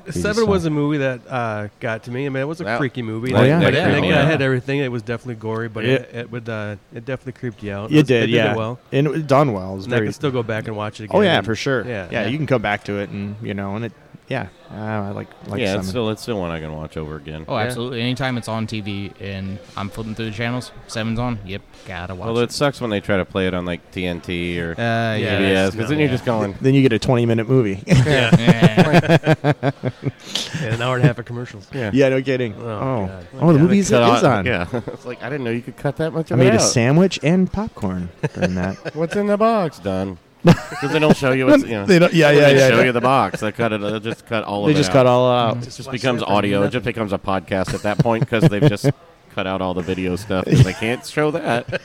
Speaker 3: Seven was a movie that uh, got to me. I mean, it was a
Speaker 5: That-
Speaker 3: freaky movie.
Speaker 4: Oh, yeah.
Speaker 3: Like,
Speaker 2: Yeah.
Speaker 3: Nick,
Speaker 2: Oh,
Speaker 3: uh,
Speaker 2: yeah.
Speaker 3: had everything. It was definitely gory, but it, it would uh, it definitely creeped you out.
Speaker 4: You
Speaker 3: was-
Speaker 4: did,
Speaker 3: they
Speaker 4: yeah.
Speaker 3: Did it well,
Speaker 4: And it was done well. It was
Speaker 3: and I
Speaker 4: very.
Speaker 3: can still go back and watch it again.
Speaker 4: oh yeah,
Speaker 3: and-
Speaker 4: for sure.
Speaker 3: Yeah.
Speaker 4: yeah, You can come back to it, and you know, and it. Yeah, uh, I like like
Speaker 5: yeah,
Speaker 4: Simon.
Speaker 5: it's still it's still one I can watch over again.
Speaker 2: Oh,
Speaker 3: Yeah.
Speaker 2: absolutely. Anytime it's on TV and I'm flipping through the channels, Seven's on. Yep, gotta watch
Speaker 5: Although
Speaker 2: it.
Speaker 5: it sucks when they try to play it on like TNT or
Speaker 2: Uh, yeah.
Speaker 5: PBS, because then you're
Speaker 3: yeah.
Speaker 5: just going.
Speaker 4: then you get a 20 minute movie.
Speaker 2: Yeah.
Speaker 3: And an hour and a half of commercials.
Speaker 5: Yeah.
Speaker 4: yeah, no kidding.
Speaker 3: Oh,
Speaker 4: Oh,
Speaker 3: God.
Speaker 4: oh, the movie is,
Speaker 5: Cut
Speaker 4: is on.
Speaker 5: Yeah, it's like I didn't know you could cut that much.
Speaker 4: I
Speaker 5: of
Speaker 4: made a
Speaker 5: it out.
Speaker 4: sandwich and popcorn during that.
Speaker 5: What's in the box, Done. Because they don't show you. What's, you know,
Speaker 4: They don't- yeah,
Speaker 5: when
Speaker 4: yeah,
Speaker 5: they
Speaker 4: yeah,
Speaker 5: Show
Speaker 4: yeah.
Speaker 5: you the box. They cut it. They just cut all
Speaker 4: They
Speaker 5: of it.
Speaker 4: just
Speaker 5: out.
Speaker 4: cut all out.
Speaker 5: It just becomes audio. It just becomes a podcast at that point because they've just cut out all the video stuff because they can't show that.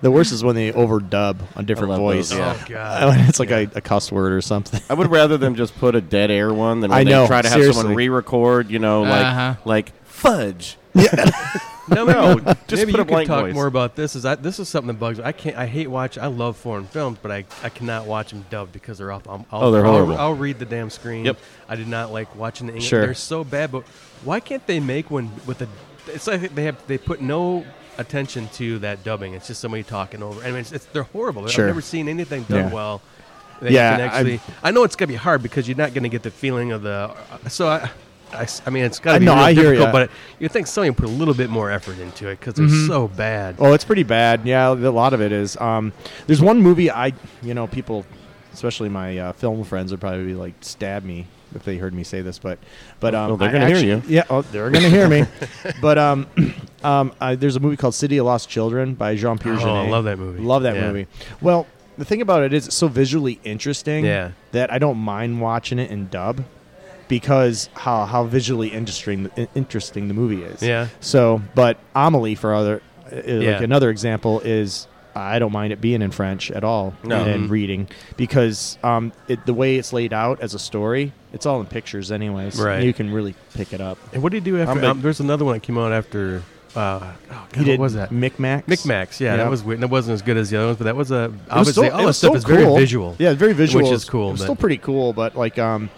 Speaker 4: The worst is when they overdub a different
Speaker 5: love
Speaker 4: voice.
Speaker 5: those, yeah.
Speaker 3: Oh god.
Speaker 4: Uh, it's like a, a cuss word or something.
Speaker 5: I would rather them just put a dead air one than when
Speaker 4: I
Speaker 5: they
Speaker 4: know,
Speaker 5: try to have
Speaker 4: seriously.
Speaker 5: someone re-record. You know, like
Speaker 2: Uh-huh.
Speaker 5: like fudge.
Speaker 3: No,
Speaker 5: No,
Speaker 3: maybe,
Speaker 5: just
Speaker 3: maybe
Speaker 5: put
Speaker 3: you
Speaker 5: a blank
Speaker 3: can talk
Speaker 5: voice.
Speaker 3: more about this. Is I, this is something that bugs me. I can't. I hate watch. I love foreign films, but I, I cannot watch them dubbed because they're off. I'm, I'll,
Speaker 5: Oh, they're
Speaker 3: I'll-
Speaker 5: horrible.
Speaker 3: I'll, read the damn screen.
Speaker 5: Yep.
Speaker 3: I do not like watching the English.
Speaker 4: Sure.
Speaker 3: They're so bad. But why can't they make one with a? It's like they have. They put no attention to that dubbing. It's just somebody talking over. I mean, it's, it's they're horrible.
Speaker 4: Sure.
Speaker 3: I've never seen anything done
Speaker 4: Yeah.
Speaker 3: well. that you
Speaker 4: Yeah,
Speaker 3: can
Speaker 4: I've-
Speaker 3: actually. I know it's gonna be hard because you're not gonna get the feeling of the. So I. I, s- I mean, it's got
Speaker 4: I
Speaker 3: to be
Speaker 4: know,
Speaker 3: real
Speaker 4: I hear
Speaker 3: difficult,
Speaker 4: ya.
Speaker 3: but you think somebody put a little bit more effort into it because they're so bad.
Speaker 4: Oh, it's pretty bad. Yeah, a lot of it is. Um, there's one movie I, you know, people, especially my uh, film friends, would probably like stab me if they heard me say this, but, but um,
Speaker 5: well, they're
Speaker 4: I
Speaker 5: gonna hear
Speaker 4: actu-
Speaker 5: you.
Speaker 4: Yeah, oh, they're gonna hear me. But um, um, I, there's a movie called City of Lost Children by Jean Pierre
Speaker 3: Oh, I
Speaker 4: Jeunet.
Speaker 3: love that movie.
Speaker 4: Love that
Speaker 3: Yeah.
Speaker 4: movie. Well, the thing about it is, it's so visually interesting
Speaker 3: Yeah.
Speaker 4: that I don't mind watching it in dub because how how visually interesting interesting the movie is.
Speaker 3: Yeah.
Speaker 4: So, but Amelie for other uh,
Speaker 3: Yeah.
Speaker 4: like another example is I don't mind it being in French at all
Speaker 5: No.
Speaker 3: Mm-hmm.
Speaker 4: and reading because um, it, the way it's laid out as a story, it's all in pictures anyways.
Speaker 3: Right.
Speaker 4: You can really pick it up.
Speaker 3: And what did he do
Speaker 5: I'm
Speaker 3: after?
Speaker 5: big-
Speaker 3: Um, there's another one that came out after. Uh, oh, God,
Speaker 4: he
Speaker 3: what
Speaker 4: did
Speaker 3: was that?
Speaker 4: Micmacs.
Speaker 3: Micmacs. Yeah,
Speaker 4: Yeah.
Speaker 3: that was weird. That wasn't as good as the other ones, but that was a
Speaker 4: It was
Speaker 3: obviously
Speaker 4: still-
Speaker 3: all
Speaker 4: it
Speaker 3: this
Speaker 4: was
Speaker 3: stuff
Speaker 4: still
Speaker 3: is very
Speaker 4: cool.
Speaker 3: visual.
Speaker 4: Yeah, very visual.
Speaker 3: is cool,
Speaker 4: It was
Speaker 3: but-
Speaker 4: still pretty cool, but like um,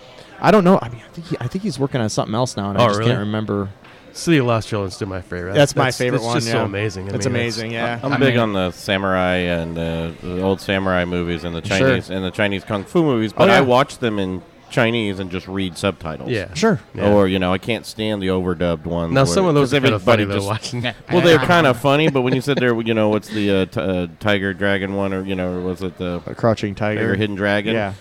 Speaker 4: I don't know. I mean, I think he, I think he's working on something else now, and I
Speaker 3: Oh,
Speaker 4: just
Speaker 3: really?
Speaker 4: can't remember.
Speaker 3: City of Lost Children is still my favorite.
Speaker 4: That's my favorite
Speaker 3: it's
Speaker 4: one,
Speaker 3: Just so
Speaker 4: yeah.
Speaker 3: amazing. I
Speaker 4: It's
Speaker 3: mean,
Speaker 4: amazing. Yeah.
Speaker 5: I'm
Speaker 2: I
Speaker 5: big
Speaker 2: mean-
Speaker 5: on the samurai and uh, the old samurai movies and the
Speaker 4: Sure.
Speaker 5: Chinese and the Chinese kung fu movies, but
Speaker 4: Oh, yeah.
Speaker 5: I watch them in Chinese and just read subtitles.
Speaker 3: Yeah.
Speaker 4: Sure.
Speaker 3: Yeah.
Speaker 5: Or you know, I can't stand the overdubbed ones.
Speaker 3: Now
Speaker 5: where-
Speaker 3: some of those
Speaker 5: 'cause
Speaker 3: are kind of funny
Speaker 5: everybody
Speaker 3: though.
Speaker 5: just-
Speaker 3: Watching.
Speaker 2: Yeah.
Speaker 5: Well, they're kind of funny, but when you said there, you know, what's the uh, t- uh, tiger dragon one, or you know, or was it the
Speaker 4: A crouching tiger,
Speaker 5: tiger hidden dragon?
Speaker 4: Yeah.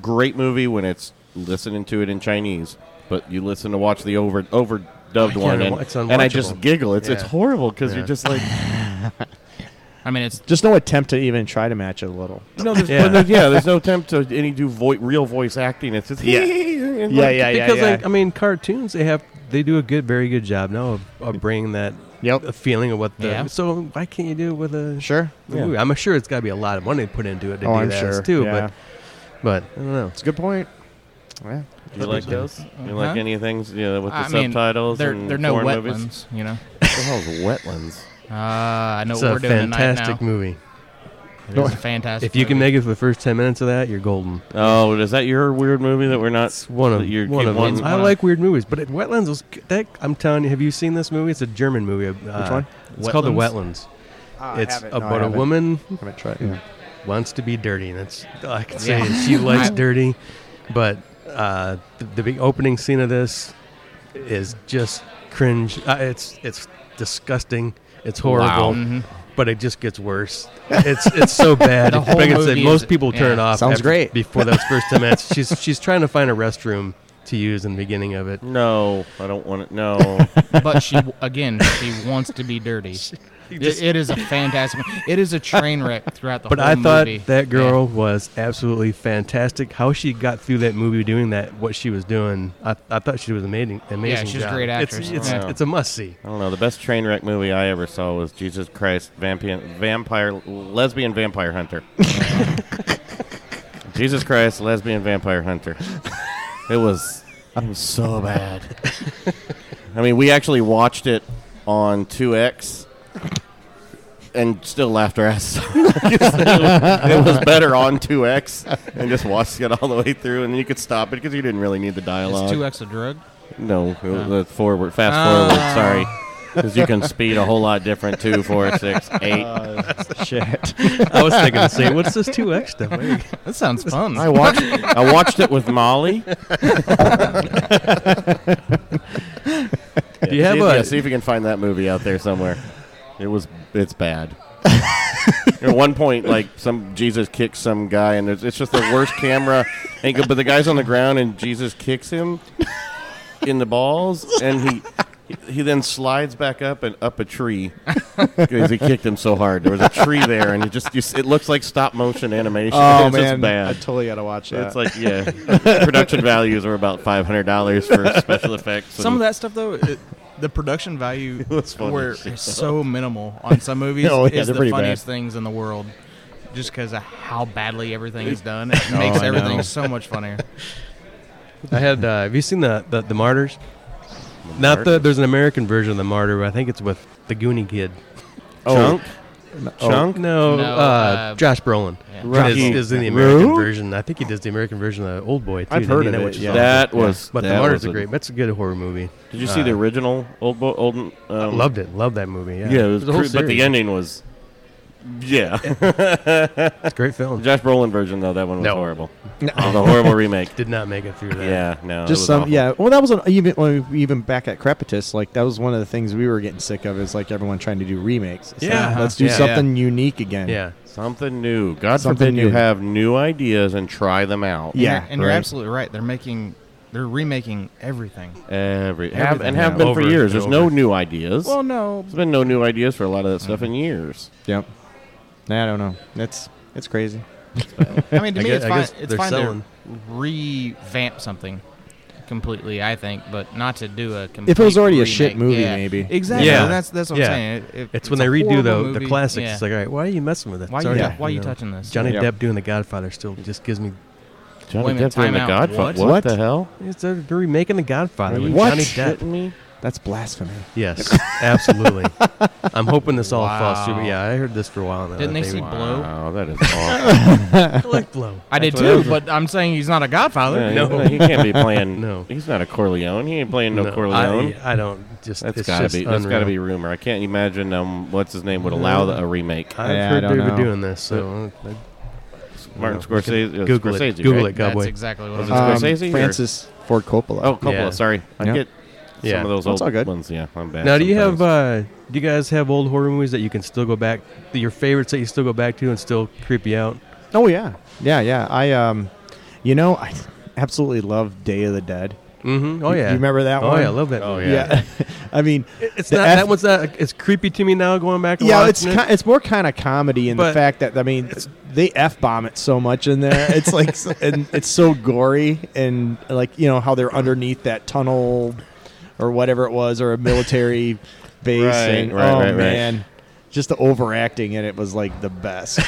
Speaker 5: great movie when it's listening to it in Chinese, but you listen to watch the over overdubbed
Speaker 3: Yeah,
Speaker 5: one, and,
Speaker 3: it's
Speaker 5: and I just
Speaker 3: unwatchable.
Speaker 5: giggle. It's it's
Speaker 3: Yeah.
Speaker 5: horrible because
Speaker 3: Yeah.
Speaker 5: you're just like,
Speaker 2: I mean, it's
Speaker 4: Just no attempt to even try to match it a little.
Speaker 5: no, there's,
Speaker 3: Yeah.
Speaker 5: yeah. there's, yeah, there's no attempt to any do vo- real voice acting. It's just yeah,
Speaker 4: Yeah, yeah, yeah,
Speaker 3: because
Speaker 4: yeah.
Speaker 3: like, I mean, cartoons they have they do a good, very good job now of, of bringing that
Speaker 4: Yep.
Speaker 3: feeling of what the.
Speaker 2: Yeah.
Speaker 3: So why can't you do it with a?
Speaker 4: Sure.
Speaker 3: a movie? I'm sure it's got to be a lot of money put into it to
Speaker 4: Oh,
Speaker 3: do
Speaker 4: I'm
Speaker 3: that
Speaker 4: sure.
Speaker 3: too.
Speaker 4: yeah.
Speaker 3: But but I don't know.
Speaker 4: it's a good point. Yeah.
Speaker 5: You like those? You like
Speaker 2: Huh?
Speaker 5: any things you know, with the
Speaker 2: I mean,
Speaker 5: subtititles
Speaker 2: there,
Speaker 5: and
Speaker 2: there are no
Speaker 5: foreign
Speaker 2: wetlands,
Speaker 5: movies?
Speaker 2: you know.
Speaker 5: What the hell's wetlands?
Speaker 2: Uh, I know
Speaker 3: It's
Speaker 2: what
Speaker 3: a
Speaker 2: we're doing tonight now.
Speaker 3: fantastic movie.
Speaker 2: It is a fantastic.
Speaker 3: If you can
Speaker 2: movie.
Speaker 3: make it for the first ten minutes of that, you're golden.
Speaker 5: Oh, is that your weird movie that we're not?
Speaker 3: It's one of
Speaker 5: that you're
Speaker 3: one of
Speaker 5: keep
Speaker 3: them.
Speaker 5: one-
Speaker 3: I
Speaker 2: one of-
Speaker 3: like weird movies, but it, Wetlands was g- that. I'm telling you, have you seen this movie? It's a German movie. Uh, Which
Speaker 4: one?
Speaker 3: It's called The Wetlands.
Speaker 4: Ah,
Speaker 3: it's about a woman
Speaker 4: I haven't tried. Yeah.
Speaker 3: wants to be dirty, and that's all I can
Speaker 2: Yeah.
Speaker 3: say is she likes
Speaker 2: I-
Speaker 3: dirty. But uh, the, the big opening scene of this is just cringe. Uh, it's it's disgusting. It's horrible.
Speaker 2: Mm-hmm.
Speaker 3: But it just gets worse. It's it's so bad.
Speaker 2: The whole
Speaker 3: like I said,
Speaker 2: movie
Speaker 3: most
Speaker 2: is-
Speaker 3: people turn it
Speaker 2: yeah.
Speaker 3: off.
Speaker 4: Sounds
Speaker 3: after-
Speaker 4: great.
Speaker 3: Before those first ten minutes, she's she's trying to find a restroom to use in the beginning of it.
Speaker 5: No, I don't want it. No,
Speaker 2: but she again, she wants to be dirty. It- it is a fantastic. It is a train wreck throughout the
Speaker 3: But
Speaker 2: whole
Speaker 3: I thought
Speaker 2: movie.
Speaker 3: that girl was absolutely fantastic. How she got through that movie doing that, what she was doing, I, I thought she was amazing. Amazing.
Speaker 2: she's a
Speaker 3: job.
Speaker 2: great
Speaker 3: It's-
Speaker 2: actress.
Speaker 3: It's,
Speaker 5: Wow.
Speaker 3: it's a must see.
Speaker 5: I don't know. The best train wreck movie I ever saw was Jesus Christ Vampire, vampire Lesbian Vampire Hunter. Jesus Christ Lesbian Vampire Hunter. It was it was so bad. I mean, we actually watched it on 2X and still laughed our ass. off. it, was, it was better on 2X and just watched it all the way through, and then you could stop it because you didn't really need the dialogue.
Speaker 2: It's two X a drug.
Speaker 5: No, it was the forward, fast
Speaker 2: Ah.
Speaker 5: forward. Sorry, because you can speed a whole lot different. Two, four, six, eight.
Speaker 4: Shit.
Speaker 3: I was thinking the same. What's this two X stuff? Wait,
Speaker 2: That sounds fun.
Speaker 5: I watched. I watched it with Molly.
Speaker 3: Do you have
Speaker 5: see,
Speaker 3: a-
Speaker 5: yeah, see if you can find that movie out there somewhere. It was. It's bad. At one point, like some Jesus kicks some guy, and it's, it's just the worst camera angle. But the guy's on the ground, and Jesus kicks him in the balls, and he he then slides back up and up a tree because he kicked him so hard. There was a tree there, and it just you, s- it looks like stop motion animation.
Speaker 4: Oh
Speaker 5: it's
Speaker 4: man,
Speaker 5: just bad.
Speaker 4: I totally gotta watch that.
Speaker 5: It's like yeah, production values are about five hundred dollars for special effects.
Speaker 2: some of
Speaker 5: and-
Speaker 2: that stuff though, it, the production value
Speaker 5: That's funny.
Speaker 2: where it's so minimal on some movies
Speaker 4: Oh, yeah,
Speaker 2: is
Speaker 4: they're
Speaker 2: the
Speaker 4: pretty bad.
Speaker 2: funniest things in the world. Just because of how badly everything is done, it
Speaker 4: Oh,
Speaker 2: makes
Speaker 4: I
Speaker 2: everything
Speaker 4: know.
Speaker 2: so much funnier.
Speaker 3: I had. Uh, have you seen the the, the Martyrs? Not the. There's an American version of the Martyr. But I think it's with the Goonie Kid.
Speaker 5: Chunk,
Speaker 4: Oh.
Speaker 5: chunk.
Speaker 3: No,
Speaker 2: No,
Speaker 3: uh,
Speaker 2: uh,
Speaker 3: Josh Brolin
Speaker 2: Yeah.
Speaker 3: is,
Speaker 4: Rocky
Speaker 3: is in the American
Speaker 4: Roo?
Speaker 3: version. I think he does the American version of Old Boy. Too.
Speaker 4: I've heard
Speaker 3: They
Speaker 4: of
Speaker 3: know
Speaker 4: it,
Speaker 3: which is
Speaker 4: yeah.
Speaker 3: on.
Speaker 5: That
Speaker 3: Yeah.
Speaker 5: was.
Speaker 3: But
Speaker 5: that
Speaker 3: the Martyrs
Speaker 5: was
Speaker 3: are great. That's a good horror movie.
Speaker 5: Did you see the
Speaker 3: Uh,
Speaker 5: original old bo- old? Um,
Speaker 3: I loved it. Loved that movie. Yeah,
Speaker 5: Yeah, it was
Speaker 3: a whole
Speaker 5: cru- but the
Speaker 3: series.
Speaker 5: ending was. Yeah,
Speaker 3: It's a great film.
Speaker 5: Josh Brolin version though that one was
Speaker 3: No.
Speaker 5: horrible. It was a horrible remake.
Speaker 3: Did not make it through that.
Speaker 5: Yeah, no. it
Speaker 4: just
Speaker 5: was
Speaker 4: some
Speaker 5: awful.
Speaker 4: yeah well that was an, even when we- even back at crepitus like that was one of the things we were getting sick of is like everyone trying to do remakes It's like,
Speaker 3: Yeah.
Speaker 4: let's do
Speaker 3: Yeah.
Speaker 4: something unique again
Speaker 3: yeah.
Speaker 5: Something new. God
Speaker 4: Something
Speaker 5: forbid you
Speaker 4: new.
Speaker 5: have new ideas and try them
Speaker 4: Yeah,
Speaker 5: out.
Speaker 2: and, you're- and you're
Speaker 4: right.
Speaker 2: absolutely right. They're making, they're remaking everything.
Speaker 5: Every have,
Speaker 4: Everything
Speaker 5: and have
Speaker 4: now.
Speaker 5: been
Speaker 3: Over
Speaker 5: for years.
Speaker 3: and
Speaker 5: There's no
Speaker 3: over.
Speaker 5: new ideas.
Speaker 2: Well, no,
Speaker 5: There's been no new ideas for a lot of that stuff
Speaker 3: Mm.
Speaker 5: in years.
Speaker 4: yep Nah, i don't know that's it's crazy
Speaker 2: I mean, to
Speaker 3: I
Speaker 2: me,
Speaker 3: guess-
Speaker 2: it's
Speaker 3: I
Speaker 2: fine.
Speaker 3: guess
Speaker 2: It's
Speaker 3: they're
Speaker 2: fine
Speaker 3: selling.
Speaker 2: to revamp something completely. I think, but not to do a complete
Speaker 4: if it was already a shit
Speaker 2: remake.
Speaker 4: movie
Speaker 2: Yeah.
Speaker 4: maybe
Speaker 2: Exactly.
Speaker 3: Yeah.
Speaker 2: That's that's what
Speaker 3: Yeah.
Speaker 2: I'm saying. It- it-
Speaker 3: It's
Speaker 2: a
Speaker 3: when they redo
Speaker 2: horrible
Speaker 3: the, the
Speaker 2: movie.
Speaker 3: classics.
Speaker 2: Yeah.
Speaker 3: It's like, all right, why are you messing with it?
Speaker 2: why
Speaker 3: It's
Speaker 2: you
Speaker 4: already-
Speaker 2: tou-
Speaker 3: already,
Speaker 2: why you
Speaker 3: know,
Speaker 2: touching this?
Speaker 3: Johnny
Speaker 4: Yeah.
Speaker 3: Depp doing The Godfather still just gives me.
Speaker 5: Johnny
Speaker 2: Wait a minute,
Speaker 5: Depp doing
Speaker 2: time
Speaker 5: the
Speaker 2: out.
Speaker 5: Godfather.
Speaker 2: What?
Speaker 5: What? the hell?
Speaker 3: It's, uh, they're remaking The Godfather with
Speaker 4: What?
Speaker 3: Johnny
Speaker 5: Kidding
Speaker 3: Depp.
Speaker 5: me?
Speaker 4: that's blasphemy
Speaker 3: Yes, absolutely. I'm hoping this all falls through. But
Speaker 2: Wow.
Speaker 3: yeah, I heard this for a while now.
Speaker 2: Didn't
Speaker 3: that
Speaker 2: they see Blow?
Speaker 5: Wow, Oh, that is awful.
Speaker 3: I like Blow.
Speaker 2: I did
Speaker 5: That's what I
Speaker 2: too,
Speaker 5: was-
Speaker 2: but I'm saying he's not a Godfather.
Speaker 5: Yeah,
Speaker 3: No.
Speaker 5: he, he can't be playing.
Speaker 3: No.
Speaker 5: he's not a Corleone. He ain't playing no, Corleone.
Speaker 3: I, I don't just.
Speaker 5: That's
Speaker 3: it's
Speaker 5: gotta
Speaker 3: just
Speaker 5: be. That's gotta
Speaker 3: unreal.
Speaker 5: be rumor. I can't imagine. Um, what's his name would allow the, a remake?
Speaker 3: I've
Speaker 4: Yeah, I
Speaker 3: heard
Speaker 4: don't
Speaker 3: they were
Speaker 4: know.
Speaker 3: doing this, so uh,
Speaker 5: Martin
Speaker 3: we can
Speaker 5: Scorsese. uh,
Speaker 3: Google it.
Speaker 5: Scorsese,
Speaker 3: Google
Speaker 5: right?
Speaker 3: it,
Speaker 2: That's
Speaker 3: Cowboy.
Speaker 2: exactly what
Speaker 5: Was
Speaker 2: I'm
Speaker 5: it
Speaker 2: saying.
Speaker 4: um,
Speaker 5: Scorsese or-
Speaker 4: francis ford coppola
Speaker 5: Oh, Coppola.
Speaker 3: Yeah.
Speaker 5: Sorry, I
Speaker 4: Yeah.
Speaker 5: get
Speaker 3: Yeah.
Speaker 5: some of those
Speaker 4: That's
Speaker 5: old
Speaker 4: all good.
Speaker 5: ones. Yeah, I'm bad.
Speaker 3: now, do you have?
Speaker 5: sometimes.
Speaker 3: Uh, do you guys have old horror movies that you can still go back? that Your favorites that you still go back to and still creep you out?
Speaker 4: oh yeah yeah yeah i um you know i absolutely love day of the dead
Speaker 3: Mm-hmm. Oh
Speaker 4: You-
Speaker 3: yeah.
Speaker 4: you remember that
Speaker 3: oh,
Speaker 4: one?
Speaker 3: yeah, I love that.
Speaker 5: Oh,
Speaker 3: movie.
Speaker 5: Yeah.
Speaker 4: i mean
Speaker 3: It's
Speaker 4: The
Speaker 3: not
Speaker 4: F-
Speaker 3: that one's not. It's creepy to me now going back. And
Speaker 4: Yeah,
Speaker 3: watching
Speaker 4: it's
Speaker 3: it.
Speaker 4: ki- it's more kind of comedy in the
Speaker 3: But
Speaker 4: fact that I mean they f bomb it so much in there. It's like s- and it's so gory and like you know how they're underneath that tunnel or whatever it was or a military base.
Speaker 5: Right,
Speaker 4: and,
Speaker 5: right,
Speaker 4: oh
Speaker 5: right, right.
Speaker 4: man, just the overacting in it was like the best.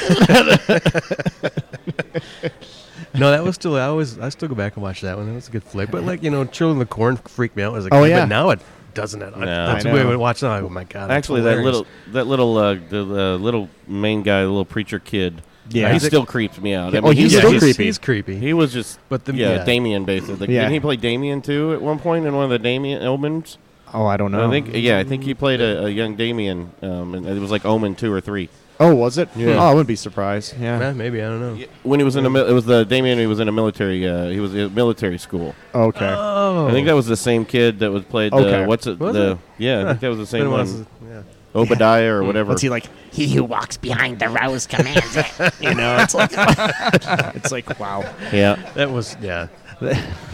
Speaker 3: no, that was still. I always. I still go back and watch that one. That was a good flick. But like you know, Children of the Corn freaked me out as a kid.
Speaker 4: Oh, yeah.
Speaker 3: But now it doesn't. It. I-
Speaker 5: No.
Speaker 3: that's
Speaker 4: I
Speaker 3: the way I
Speaker 4: know.
Speaker 3: would watch it. I'm like, Oh my god. that's
Speaker 5: Actually, that
Speaker 3: hilarious.
Speaker 5: little, that little, uh, the uh, little main guy, the little preacher kid.
Speaker 4: Yeah.
Speaker 5: he still creeps me out. I
Speaker 4: Oh,
Speaker 5: mean,
Speaker 4: he's
Speaker 5: he
Speaker 3: Yeah,
Speaker 4: still
Speaker 5: was-
Speaker 3: he's,
Speaker 4: creepy.
Speaker 3: He's creepy.
Speaker 5: He was just,
Speaker 3: But the-
Speaker 5: yeah,
Speaker 3: yeah.
Speaker 5: Damien basically.
Speaker 4: Yeah.
Speaker 5: Didn't he play Damien too at one point in one of the Damien Omens?
Speaker 4: oh, I don't know.
Speaker 5: I think, yeah, I think he played a, a young Damien, um, and it was like Omen two or three.
Speaker 4: oh, was it?
Speaker 5: Yeah.
Speaker 4: Oh, I wouldn't be surprised. Yeah.
Speaker 3: Eh, maybe I don't know.
Speaker 5: When he was in a, mil- it was the Damien. He was in a military. Uh, he was in military school.
Speaker 4: Okay.
Speaker 3: Oh,
Speaker 5: I think that was the same kid that was played. the-
Speaker 4: Okay.
Speaker 5: what's it?
Speaker 3: Was
Speaker 5: the
Speaker 3: it?
Speaker 5: yeah, I think that was the
Speaker 3: Been
Speaker 5: same
Speaker 3: a while
Speaker 5: one.
Speaker 3: since- yeah.
Speaker 5: Obadiah or whatever.
Speaker 4: What's he like?
Speaker 9: He who walks behind the rose commands it.
Speaker 4: You know, it's like it's like wow.
Speaker 5: Yeah,
Speaker 3: That was yeah.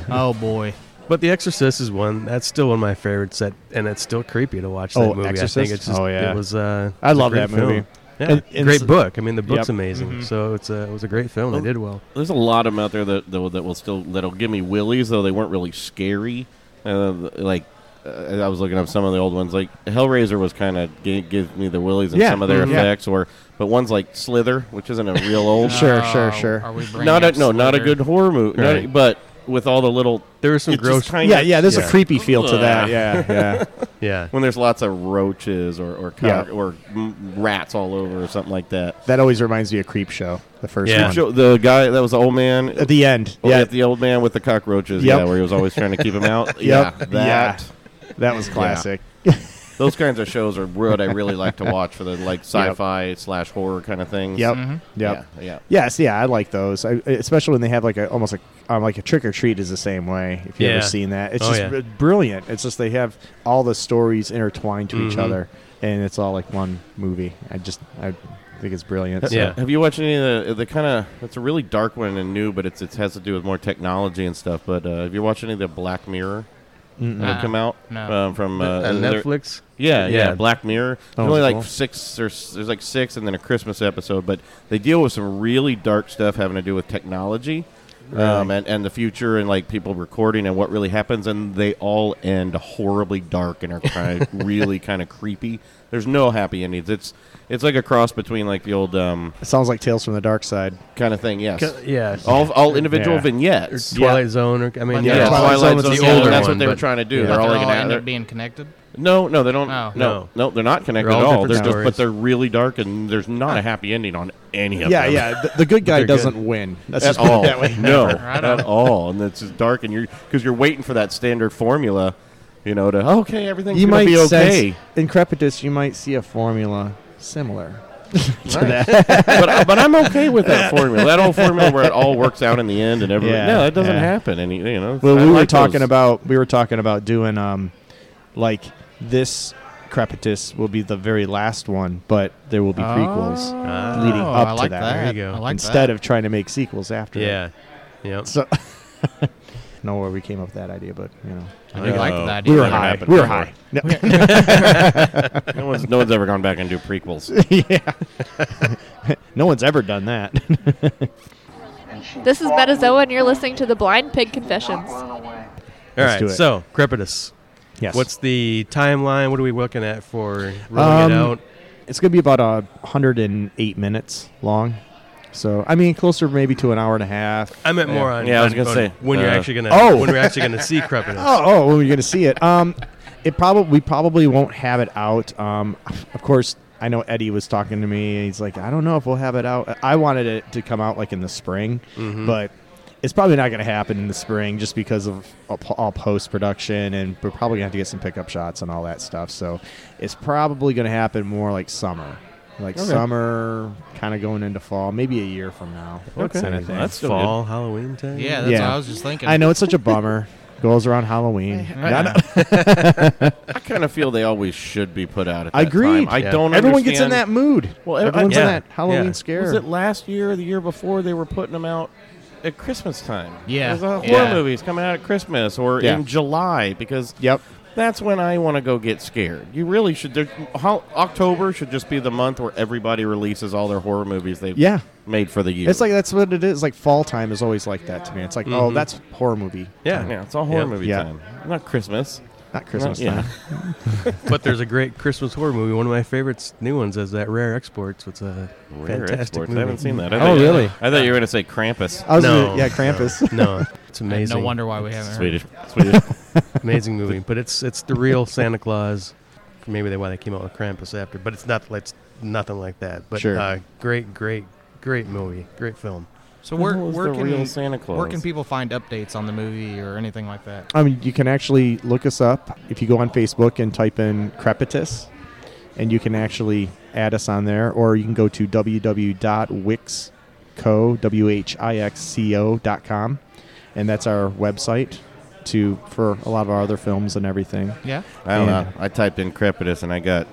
Speaker 2: Oh boy,
Speaker 3: But The Exorcist is one that's still one of my favorites. That and it's still creepy to watch that
Speaker 4: Oh,
Speaker 3: movie. I think
Speaker 4: Exorcist?
Speaker 3: it's just
Speaker 4: Oh, yeah.
Speaker 3: it was. Uh,
Speaker 4: I
Speaker 3: it's a
Speaker 4: love
Speaker 3: great
Speaker 4: that movie.
Speaker 3: film. Yeah,
Speaker 4: And- and
Speaker 3: great
Speaker 4: it's-
Speaker 3: book's. I mean, the book's
Speaker 4: Yep. Mm-hmm.
Speaker 3: amazing. So it's a, it was a great film. They did well.
Speaker 5: there's a lot of them out there that that will, that will still that'll give me willies though they weren't really scary. Uh, like uh, I was looking up some of the old ones. Like Hellraiser was kind of g- give me the willies in
Speaker 4: Yeah,
Speaker 5: some of their
Speaker 4: mhm. Yeah.
Speaker 5: effects. Or but ones like Slither, which isn't a real old.
Speaker 4: Sure,
Speaker 2: Oh,
Speaker 4: sure, sure.
Speaker 2: Are we bringing
Speaker 5: Not a
Speaker 2: up
Speaker 5: no, not a
Speaker 2: Slither?
Speaker 5: good horror movie. not a-
Speaker 3: Right.
Speaker 5: but with all the little
Speaker 3: There was some
Speaker 5: it's just
Speaker 3: gross.
Speaker 5: kinda-
Speaker 4: Yeah, yeah. There's
Speaker 3: Yeah.
Speaker 4: a creepy feel to that. Yeah, yeah.
Speaker 3: Yeah.
Speaker 5: When there's lots of roaches or or, cow-
Speaker 4: Yeah.
Speaker 5: or m- rats all over or something like that.
Speaker 4: That always reminds me of Creep Show, the first
Speaker 3: Yeah.
Speaker 4: one.
Speaker 5: Show- The guy that was the old man.
Speaker 4: At the end.
Speaker 5: Oh,
Speaker 4: yeah.
Speaker 5: the old man with the cockroaches.
Speaker 4: Yep.
Speaker 5: Yeah, where he was always trying to keep him
Speaker 4: Yep.
Speaker 5: out. Yeah,
Speaker 4: Yeah.
Speaker 5: that.
Speaker 4: That was classic.
Speaker 5: Those kinds of shows are what I really like to watch for the like sci-fi slash horror kind of things.
Speaker 4: Yep.
Speaker 2: Mhm.
Speaker 4: Yep.
Speaker 5: Yeah. Yeah.
Speaker 4: Yes, yeah, I like those, I, especially when they have like a almost like um, like a trick or treat is the same way. If you've
Speaker 3: Yeah.
Speaker 4: ever seen that, it's
Speaker 3: Oh,
Speaker 4: just
Speaker 3: yeah.
Speaker 4: br- brilliant. It's just they have all the stories intertwined to each
Speaker 3: Mhm.
Speaker 4: other, and it's all like one movie. I just I think it's brilliant. so-
Speaker 3: Yeah.
Speaker 5: Have you watched any of the the kind of? It's a really dark one and new, but it's it has to do with more technology and stuff. But uh, have you watched any of the Black Mirror
Speaker 4: Mm-mm.
Speaker 5: that
Speaker 2: Uh,
Speaker 5: come out
Speaker 2: no.
Speaker 5: um, from uh,
Speaker 3: on
Speaker 5: they're-
Speaker 3: Netflix.
Speaker 5: Yeah, yeah,
Speaker 3: Yeah.
Speaker 5: Black Mirror.
Speaker 4: Oh,
Speaker 5: There's only like
Speaker 4: cool.
Speaker 5: six or s- there's like six, and then a Christmas episode. But they deal with some really dark stuff having to do with technology, um, and and the future, and like people recording and what really happens. And they all end horribly dark and are kind of really kind of creepy. There's no happy endings. It's it's like a cross between like the old um,
Speaker 4: It sounds like Tales from the Dark Side.
Speaker 5: kind of thing. Yes,
Speaker 3: Yeah.
Speaker 5: all all individual
Speaker 4: Yeah.
Speaker 3: Or
Speaker 5: vignettes.
Speaker 3: Twilight Zone. Or, I mean,
Speaker 2: Yeah,
Speaker 5: Yeah,
Speaker 3: yeah.
Speaker 4: Twilight
Speaker 5: Twilight,
Speaker 4: Zone was
Speaker 5: Zone.
Speaker 4: the
Speaker 5: yeah,
Speaker 4: older
Speaker 5: that's
Speaker 3: one,
Speaker 5: what they were
Speaker 3: but-
Speaker 5: trying to do.
Speaker 4: Yeah.
Speaker 5: They're
Speaker 2: But
Speaker 5: all
Speaker 2: they're
Speaker 5: like
Speaker 2: all
Speaker 5: an
Speaker 2: end
Speaker 5: they're-
Speaker 2: up being connected.
Speaker 5: No, no, they don't.
Speaker 2: Oh.
Speaker 5: No, no, they're not connected
Speaker 3: all
Speaker 5: at all.
Speaker 3: different
Speaker 5: They're just,
Speaker 3: stories.
Speaker 5: but they're really dark, and there's not a happy ending on any of
Speaker 4: Yeah,
Speaker 5: them.
Speaker 4: yeah. The, the good guy
Speaker 3: They're good.
Speaker 4: doesn't win. That's
Speaker 5: At
Speaker 4: just put it
Speaker 5: all,
Speaker 4: that way.
Speaker 5: no,
Speaker 2: Right on.
Speaker 5: at all, and it's just dark, and you're because you're waiting for that standard formula, you know, to okay, everything's
Speaker 4: You
Speaker 5: gonna
Speaker 4: might
Speaker 5: be okay.
Speaker 4: sense Increpitus. You might see a formula similar.
Speaker 5: but, but I'm okay with that formula. That old formula where it all works out in the end, and everything.
Speaker 4: Yeah,
Speaker 5: no, that doesn't
Speaker 4: yeah.
Speaker 5: happen. And you know,
Speaker 4: Well,
Speaker 5: I
Speaker 4: we were
Speaker 5: like
Speaker 4: talking
Speaker 5: those.
Speaker 4: about we were talking about doing um, like this Crepitus will be the very last one, but there will be prequels
Speaker 3: Ah,
Speaker 4: leading
Speaker 2: Oh,
Speaker 4: up
Speaker 2: I
Speaker 4: to
Speaker 2: like
Speaker 4: that.
Speaker 2: There
Speaker 3: you go.
Speaker 2: I like
Speaker 4: instead
Speaker 2: that.
Speaker 4: of trying to make sequels after. it.
Speaker 3: Yeah. Yep.
Speaker 4: So, know where we came up with that idea, but you know,
Speaker 2: I do like that idea.
Speaker 4: we were
Speaker 5: never
Speaker 4: high.
Speaker 5: happened
Speaker 4: We were
Speaker 5: before.
Speaker 4: high. No.
Speaker 5: no one's, no one's ever gone back and do prequels.
Speaker 4: yeah. no one's ever done that.
Speaker 10: This is Metazoa, and you're listening to the Blind Pig Confessions.
Speaker 3: All
Speaker 4: Let's
Speaker 3: right.
Speaker 4: do it.
Speaker 3: So, Crepitus.
Speaker 4: yes.
Speaker 3: What's the timeline? What are we looking at for rolling
Speaker 4: Um,
Speaker 3: it out?
Speaker 4: It's going to be about uh, 108 minutes long. So, I mean, closer maybe to an hour and a half.
Speaker 3: I meant more on
Speaker 5: Yeah, I was
Speaker 3: on-
Speaker 5: gonna
Speaker 3: on
Speaker 5: say,
Speaker 3: when you're
Speaker 5: uh,
Speaker 3: actually gonna
Speaker 4: Oh.
Speaker 3: when we're actually gonna see Crepitus.
Speaker 4: Oh, oh, well, you're gonna see it. Um, it probably we probably won't have it out. Um, of course, I know Eddie was talking to me. and He's like, I don't know if we'll have it out. I wanted it to come out like in the spring, but it's probably not gonna happen in the spring just because of all- all post production, and we're probably gonna have to get some pickup shots and all that stuff. So, it's probably gonna happen more like summer. Like summer, kind of going into fall, maybe a year from now.
Speaker 3: Okay.
Speaker 4: Kind of thing.
Speaker 3: That's fall Halloween time.
Speaker 2: Yeah, that's
Speaker 4: Yeah.
Speaker 2: what I was just thinking.
Speaker 4: I know it's such a bummer. Goes around Halloween.
Speaker 2: Yeah.
Speaker 5: I kind of feel they always should be put out. At that
Speaker 4: Agreed.
Speaker 5: Time. I
Speaker 3: Yeah.
Speaker 5: don't.
Speaker 4: Everyone
Speaker 5: understand.
Speaker 4: gets in that mood.
Speaker 5: Well, ev-
Speaker 4: everyone's
Speaker 3: yeah,
Speaker 4: in that Halloween
Speaker 3: yeah.
Speaker 4: scare.
Speaker 5: Was it last year or the year before they were putting them out at Christmas time?
Speaker 2: Yeah.
Speaker 5: There's a horror
Speaker 2: Yeah.
Speaker 5: movies coming out at Christmas or
Speaker 4: Yeah.
Speaker 5: in July because
Speaker 4: Yep.
Speaker 5: that's when I want to go get scared. You really should. there- Ho- October should just be the month where everybody releases all their horror movies they've
Speaker 4: Yeah.
Speaker 5: made for the year.
Speaker 4: It's like that's what it is. Like fall time is always like that to me. It's like oh,
Speaker 3: Mhm.
Speaker 4: that's horror movie.
Speaker 3: Yeah.
Speaker 5: yeah, it's all horror
Speaker 3: Yep.
Speaker 5: movie
Speaker 4: Yeah.
Speaker 5: time, not Christmas.
Speaker 4: Not Christmas
Speaker 5: Yeah.
Speaker 4: time.
Speaker 3: But there's a great Christmas horror movie. One of my favorites, new ones, is that Rare Exports. It's a
Speaker 5: Rare
Speaker 3: fantastic
Speaker 5: exports.
Speaker 3: movie.
Speaker 5: I haven't seen that. I
Speaker 4: Oh,
Speaker 5: thought you-
Speaker 4: really?
Speaker 5: I thought you were going to say Krampus.
Speaker 4: I was
Speaker 3: No,
Speaker 4: gonna- yeah, Krampus.
Speaker 3: No, it's
Speaker 2: And
Speaker 3: amazing.
Speaker 2: no wonder why we haven't. Heard.
Speaker 5: Swedish. Swedish.
Speaker 3: amazing movie. But it's it's the real Santa Claus. Maybe they why they came out with Krampus after, but it's not it's nothing like that. But
Speaker 4: Sure.
Speaker 3: uh, great, great, great movie, great film.
Speaker 2: So where
Speaker 5: Who was
Speaker 2: where
Speaker 5: the
Speaker 2: can
Speaker 5: real Santa Claus?
Speaker 2: where can people find updates on the movie or anything like that?
Speaker 4: I mean, you can actually look us up if you go on Facebook and type in Crepitus, and you can actually add us on there, or you can go to www.wixco w h i x c o dot com, and that's our website to for a lot of our other films and everything.
Speaker 2: Yeah.
Speaker 5: I don't
Speaker 4: Yeah.
Speaker 5: know. I typed in crepitus and I got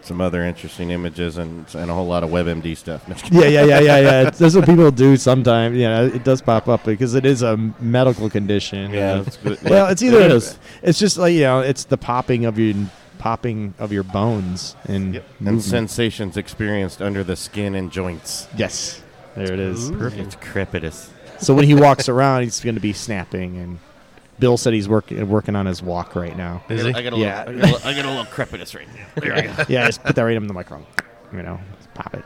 Speaker 5: some other interesting images and, and a whole lot of WebMD stuff. No, I'm just kidding.
Speaker 4: yeah, yeah, yeah, yeah, yeah. It's- That's what people do sometimes. Yeah, it does pop up because it is a medical condition.
Speaker 5: yeah, that's good.
Speaker 4: Well, it's
Speaker 5: It
Speaker 4: either
Speaker 5: is.
Speaker 4: it's just like you know, it's the popping of your popping of your bones and
Speaker 5: and
Speaker 4: movement.
Speaker 5: sensations experienced under the skin and joints.
Speaker 4: yes, there it is.
Speaker 5: It's crepitus.
Speaker 4: So when he walks around, he's going to be snapping. And Bill said he's working working on his walk right now.
Speaker 3: Is
Speaker 5: I
Speaker 3: it?
Speaker 5: got a
Speaker 4: Yeah.
Speaker 5: little, I got a little, I got a little crepitus right now. There we go.
Speaker 4: yeah, just put that right in the microphone. You know, just pop it.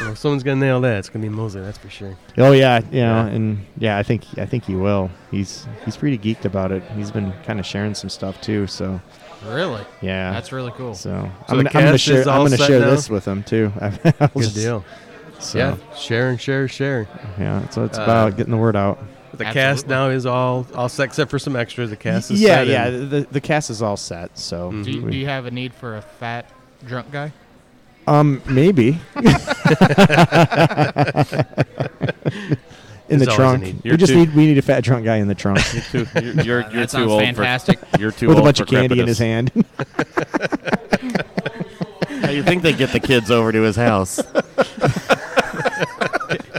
Speaker 3: Well, someone's gonna nail that. It's gonna be Mosley, that's for sure.
Speaker 4: Oh yeah, you know, and yeah, I think I think he will. He's he's pretty geeked about it. He's been kind of sharing some stuff too. So
Speaker 2: Really?
Speaker 5: Uh,
Speaker 4: Yeah.
Speaker 2: That's really cool.
Speaker 4: So,
Speaker 3: So
Speaker 4: I'm
Speaker 3: the
Speaker 4: gonna, I'm gonna
Speaker 3: cast
Speaker 4: share
Speaker 3: is all
Speaker 4: I'm gonna
Speaker 3: set
Speaker 4: share
Speaker 3: now?
Speaker 4: this with them too. Good
Speaker 3: Good deal.
Speaker 4: So, yeah.
Speaker 3: Yeah, share and share, share.
Speaker 4: Yeah. So it's
Speaker 3: Uh,
Speaker 4: about getting the word out.
Speaker 3: The cast
Speaker 2: Absolutely.
Speaker 3: now is all all set except for some extras. The cast is
Speaker 4: yeah,
Speaker 3: set
Speaker 4: yeah.
Speaker 3: and- Mm-hmm.
Speaker 4: The, the cast is all set. So
Speaker 2: Do you,
Speaker 4: we-
Speaker 2: do you have a need for a fat drunk guy?
Speaker 4: um maybe in
Speaker 3: There's always
Speaker 4: the
Speaker 3: a need.
Speaker 4: trunk. We
Speaker 5: You're
Speaker 4: just
Speaker 5: too-
Speaker 4: need we need a fat drunk guy in the trunk
Speaker 5: Too, you're you're, you're
Speaker 2: that
Speaker 5: too
Speaker 2: sounds
Speaker 5: old
Speaker 2: fantastic.
Speaker 5: for you're too
Speaker 4: with a
Speaker 5: old
Speaker 4: bunch
Speaker 5: for
Speaker 4: of candy in his
Speaker 5: crepitus.
Speaker 4: hand.
Speaker 5: How you think they get the kids over to his house?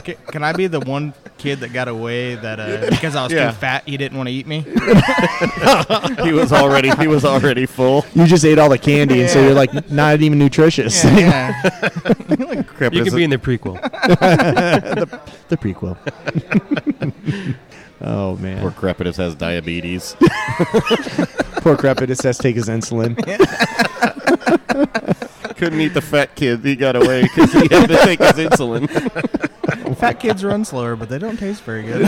Speaker 2: Can, can I be the one kid that got away that uh, because I was
Speaker 5: Yeah.
Speaker 2: too fat, he didn't want to eat me?
Speaker 5: he was already he was already full.
Speaker 4: you just ate all the candy, and so you're like not even nutritious.
Speaker 2: yeah.
Speaker 3: you could be in the prequel.
Speaker 4: the prequel. oh man,
Speaker 5: Poor crepitus has diabetes.
Speaker 4: poor, crepitus has to take his insulin.
Speaker 5: Couldn't eat the fat kid. He got away because he had to take his insulin.
Speaker 2: fat kids run slower, but they don't taste very good.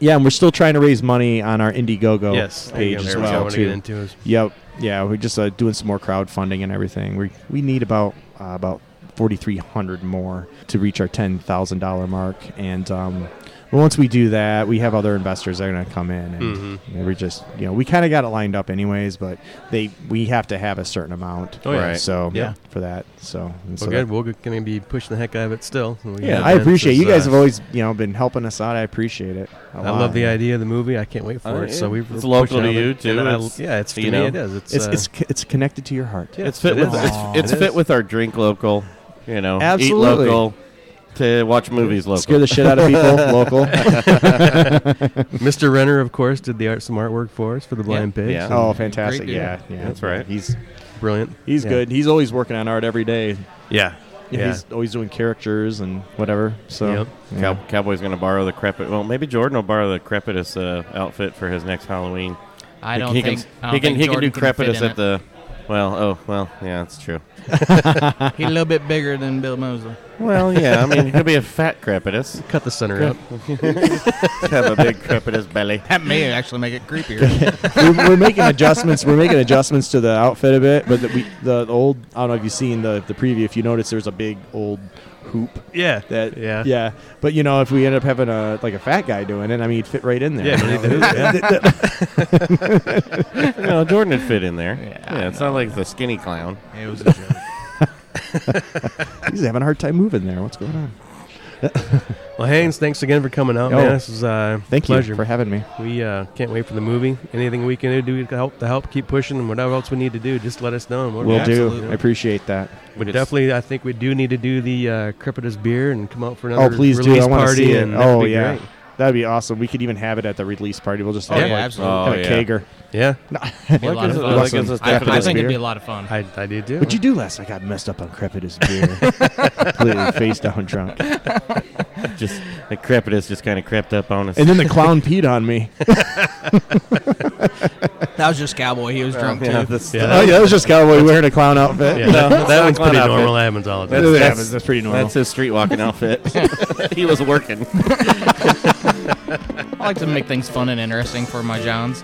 Speaker 4: yeah, and we're still trying to raise money on our Indiegogo
Speaker 3: yes, there you
Speaker 4: page
Speaker 3: go. There we
Speaker 4: Oh, as
Speaker 3: go. I
Speaker 4: well
Speaker 3: want to get
Speaker 4: too.
Speaker 3: into is
Speaker 4: Yep, yeah, we're just uh, doing some more crowdfunding and everything. We we need about uh, about forty three hundred more to reach our ten thousand dollar mark, and um, well, once we do that, we have other investors that are going to come in, and
Speaker 3: Mhm.
Speaker 4: you know, we just you know we kind of got it lined up anyways, but they we have to have a certain amount,
Speaker 3: Oh, yeah.
Speaker 5: Right.
Speaker 4: So
Speaker 3: Yeah.
Speaker 4: for that, so and so
Speaker 3: Well,
Speaker 4: that-
Speaker 3: good. We're going to be pushing the heck out of it still. when we
Speaker 4: Yeah,
Speaker 3: get
Speaker 4: I
Speaker 3: done.
Speaker 4: appreciate
Speaker 3: This
Speaker 4: you
Speaker 3: is,
Speaker 4: guys
Speaker 3: uh,
Speaker 4: have always you know been helping us out. I appreciate it. I
Speaker 3: I love the idea of the movie. I can't wait for
Speaker 5: Uh,
Speaker 3: it. So
Speaker 5: yeah.
Speaker 3: we
Speaker 5: It's
Speaker 3: we're
Speaker 5: local
Speaker 3: pushing
Speaker 5: to
Speaker 3: on it.
Speaker 5: you, too.
Speaker 3: And I-
Speaker 5: It's-
Speaker 3: yeah, it's to
Speaker 5: you
Speaker 3: me.
Speaker 5: know,
Speaker 3: It is. It's
Speaker 4: It's
Speaker 3: uh,
Speaker 4: it's c- it's connected to your heart.
Speaker 3: yeah,
Speaker 5: It's fit with
Speaker 3: is.
Speaker 5: it's, it's
Speaker 3: It
Speaker 5: fit
Speaker 3: is.
Speaker 5: with our drink local. You know,
Speaker 4: Absolutely.
Speaker 5: eat local. To watch movies local.
Speaker 4: Scare the shit out of people. local.
Speaker 3: Mr. Renner, of course, did the art some artwork for us for the Blind Pigs.
Speaker 5: yeah.
Speaker 4: Oh, fantastic!
Speaker 2: dude.
Speaker 4: Yeah, yeah,
Speaker 5: That's right.
Speaker 4: He's
Speaker 3: brilliant.
Speaker 4: he's
Speaker 3: Yeah.
Speaker 4: good. He's always working on art every day.
Speaker 3: Yeah,
Speaker 4: Yeah, he's always doing caricatures and whatever. So
Speaker 3: Yep.
Speaker 4: yeah.
Speaker 5: Cow- Cowboy's going to borrow the crepit. Well, maybe Jordan will borrow the crepitus uh, outfit for his next Halloween.
Speaker 2: I don't
Speaker 5: he
Speaker 2: think
Speaker 5: can,
Speaker 2: I don't
Speaker 5: he can
Speaker 2: think
Speaker 5: he
Speaker 2: Jordan
Speaker 5: can do
Speaker 2: fit
Speaker 5: crepitus
Speaker 2: in
Speaker 5: at
Speaker 2: it.
Speaker 5: the. Well, oh well, yeah, that's true.
Speaker 2: He's a little bit bigger than Bill Mosley.
Speaker 5: Well, yeah, I mean, he could be a fat crepitus.
Speaker 3: Cut the center out.
Speaker 5: Have a big crepitus belly.
Speaker 2: That may actually make it creepier.
Speaker 4: we're, we're making adjustments. We're making adjustments to the outfit a bit, but the, we, the, the old. I don't know if you've seen the the preview. If you notice, there's a big old hoop
Speaker 3: Yeah,
Speaker 4: that
Speaker 3: yeah,
Speaker 4: yeah. But you know, if we end up having a like a fat guy doing it, I mean, he'd fit right in there.
Speaker 3: Yeah,
Speaker 4: you
Speaker 3: no,
Speaker 4: know?
Speaker 3: they do, yeah.
Speaker 5: No, Jordan would fit in there.
Speaker 2: Yeah,
Speaker 5: Yeah,
Speaker 2: I
Speaker 5: it's not like the skinny clown.
Speaker 2: it was a joke.
Speaker 4: He's having a hard time moving there. What's going on?
Speaker 3: Well, Haynes, thanks again for coming out,
Speaker 4: Oh.
Speaker 3: man. This was uh,
Speaker 4: Thank
Speaker 3: pleasure.
Speaker 4: you for having me.
Speaker 3: we uh, can't wait for the movie. Anything we can do to help, to help keep pushing, and whatever else we need to do, just let us know. And we'll
Speaker 4: Will do.
Speaker 2: absolutely.
Speaker 4: I appreciate that.
Speaker 3: But
Speaker 5: It's-
Speaker 3: definitely, I think we do need to do the uh, Crepitus beer and come out for
Speaker 4: Oh,
Speaker 3: another
Speaker 4: please do.
Speaker 3: release
Speaker 4: I want to
Speaker 3: party.
Speaker 4: see it.
Speaker 3: And that'd
Speaker 4: Oh
Speaker 3: be
Speaker 4: yeah,
Speaker 3: great.
Speaker 4: that'd be awesome. We could even have it at the release party. We'll just
Speaker 2: Oh,
Speaker 4: have
Speaker 2: yeah,
Speaker 4: like
Speaker 2: absolutely.
Speaker 5: Oh,
Speaker 4: have a
Speaker 5: yeah.
Speaker 4: kegger.
Speaker 3: Yeah,
Speaker 2: It'd be a lot of
Speaker 5: Look,
Speaker 2: fun.
Speaker 5: it's- it's
Speaker 2: I,
Speaker 4: Crepitus
Speaker 2: I think it'd
Speaker 4: beer.
Speaker 2: be a lot of fun.
Speaker 3: I, I do too.
Speaker 4: What'd you do last? I got messed up on crepitus beer. Completely face down drunk.
Speaker 5: Just the crepitus just kind of crept up on us.
Speaker 4: And then the clown peed on me.
Speaker 2: That was just cowboy. He was drunk
Speaker 5: yeah,
Speaker 2: too.
Speaker 5: that's,
Speaker 3: Yeah,
Speaker 4: Oh yeah, that was just cowboy wearing a clown outfit.
Speaker 3: yeah.
Speaker 5: No,
Speaker 3: that one's
Speaker 5: that's
Speaker 3: pretty
Speaker 5: not outfit.
Speaker 3: normal. That happens all the time.
Speaker 4: That's,
Speaker 5: that's-
Speaker 4: that's pretty normal.
Speaker 5: that's his street walking outfit. he was working.
Speaker 2: I like to make things fun and interesting for my Johns.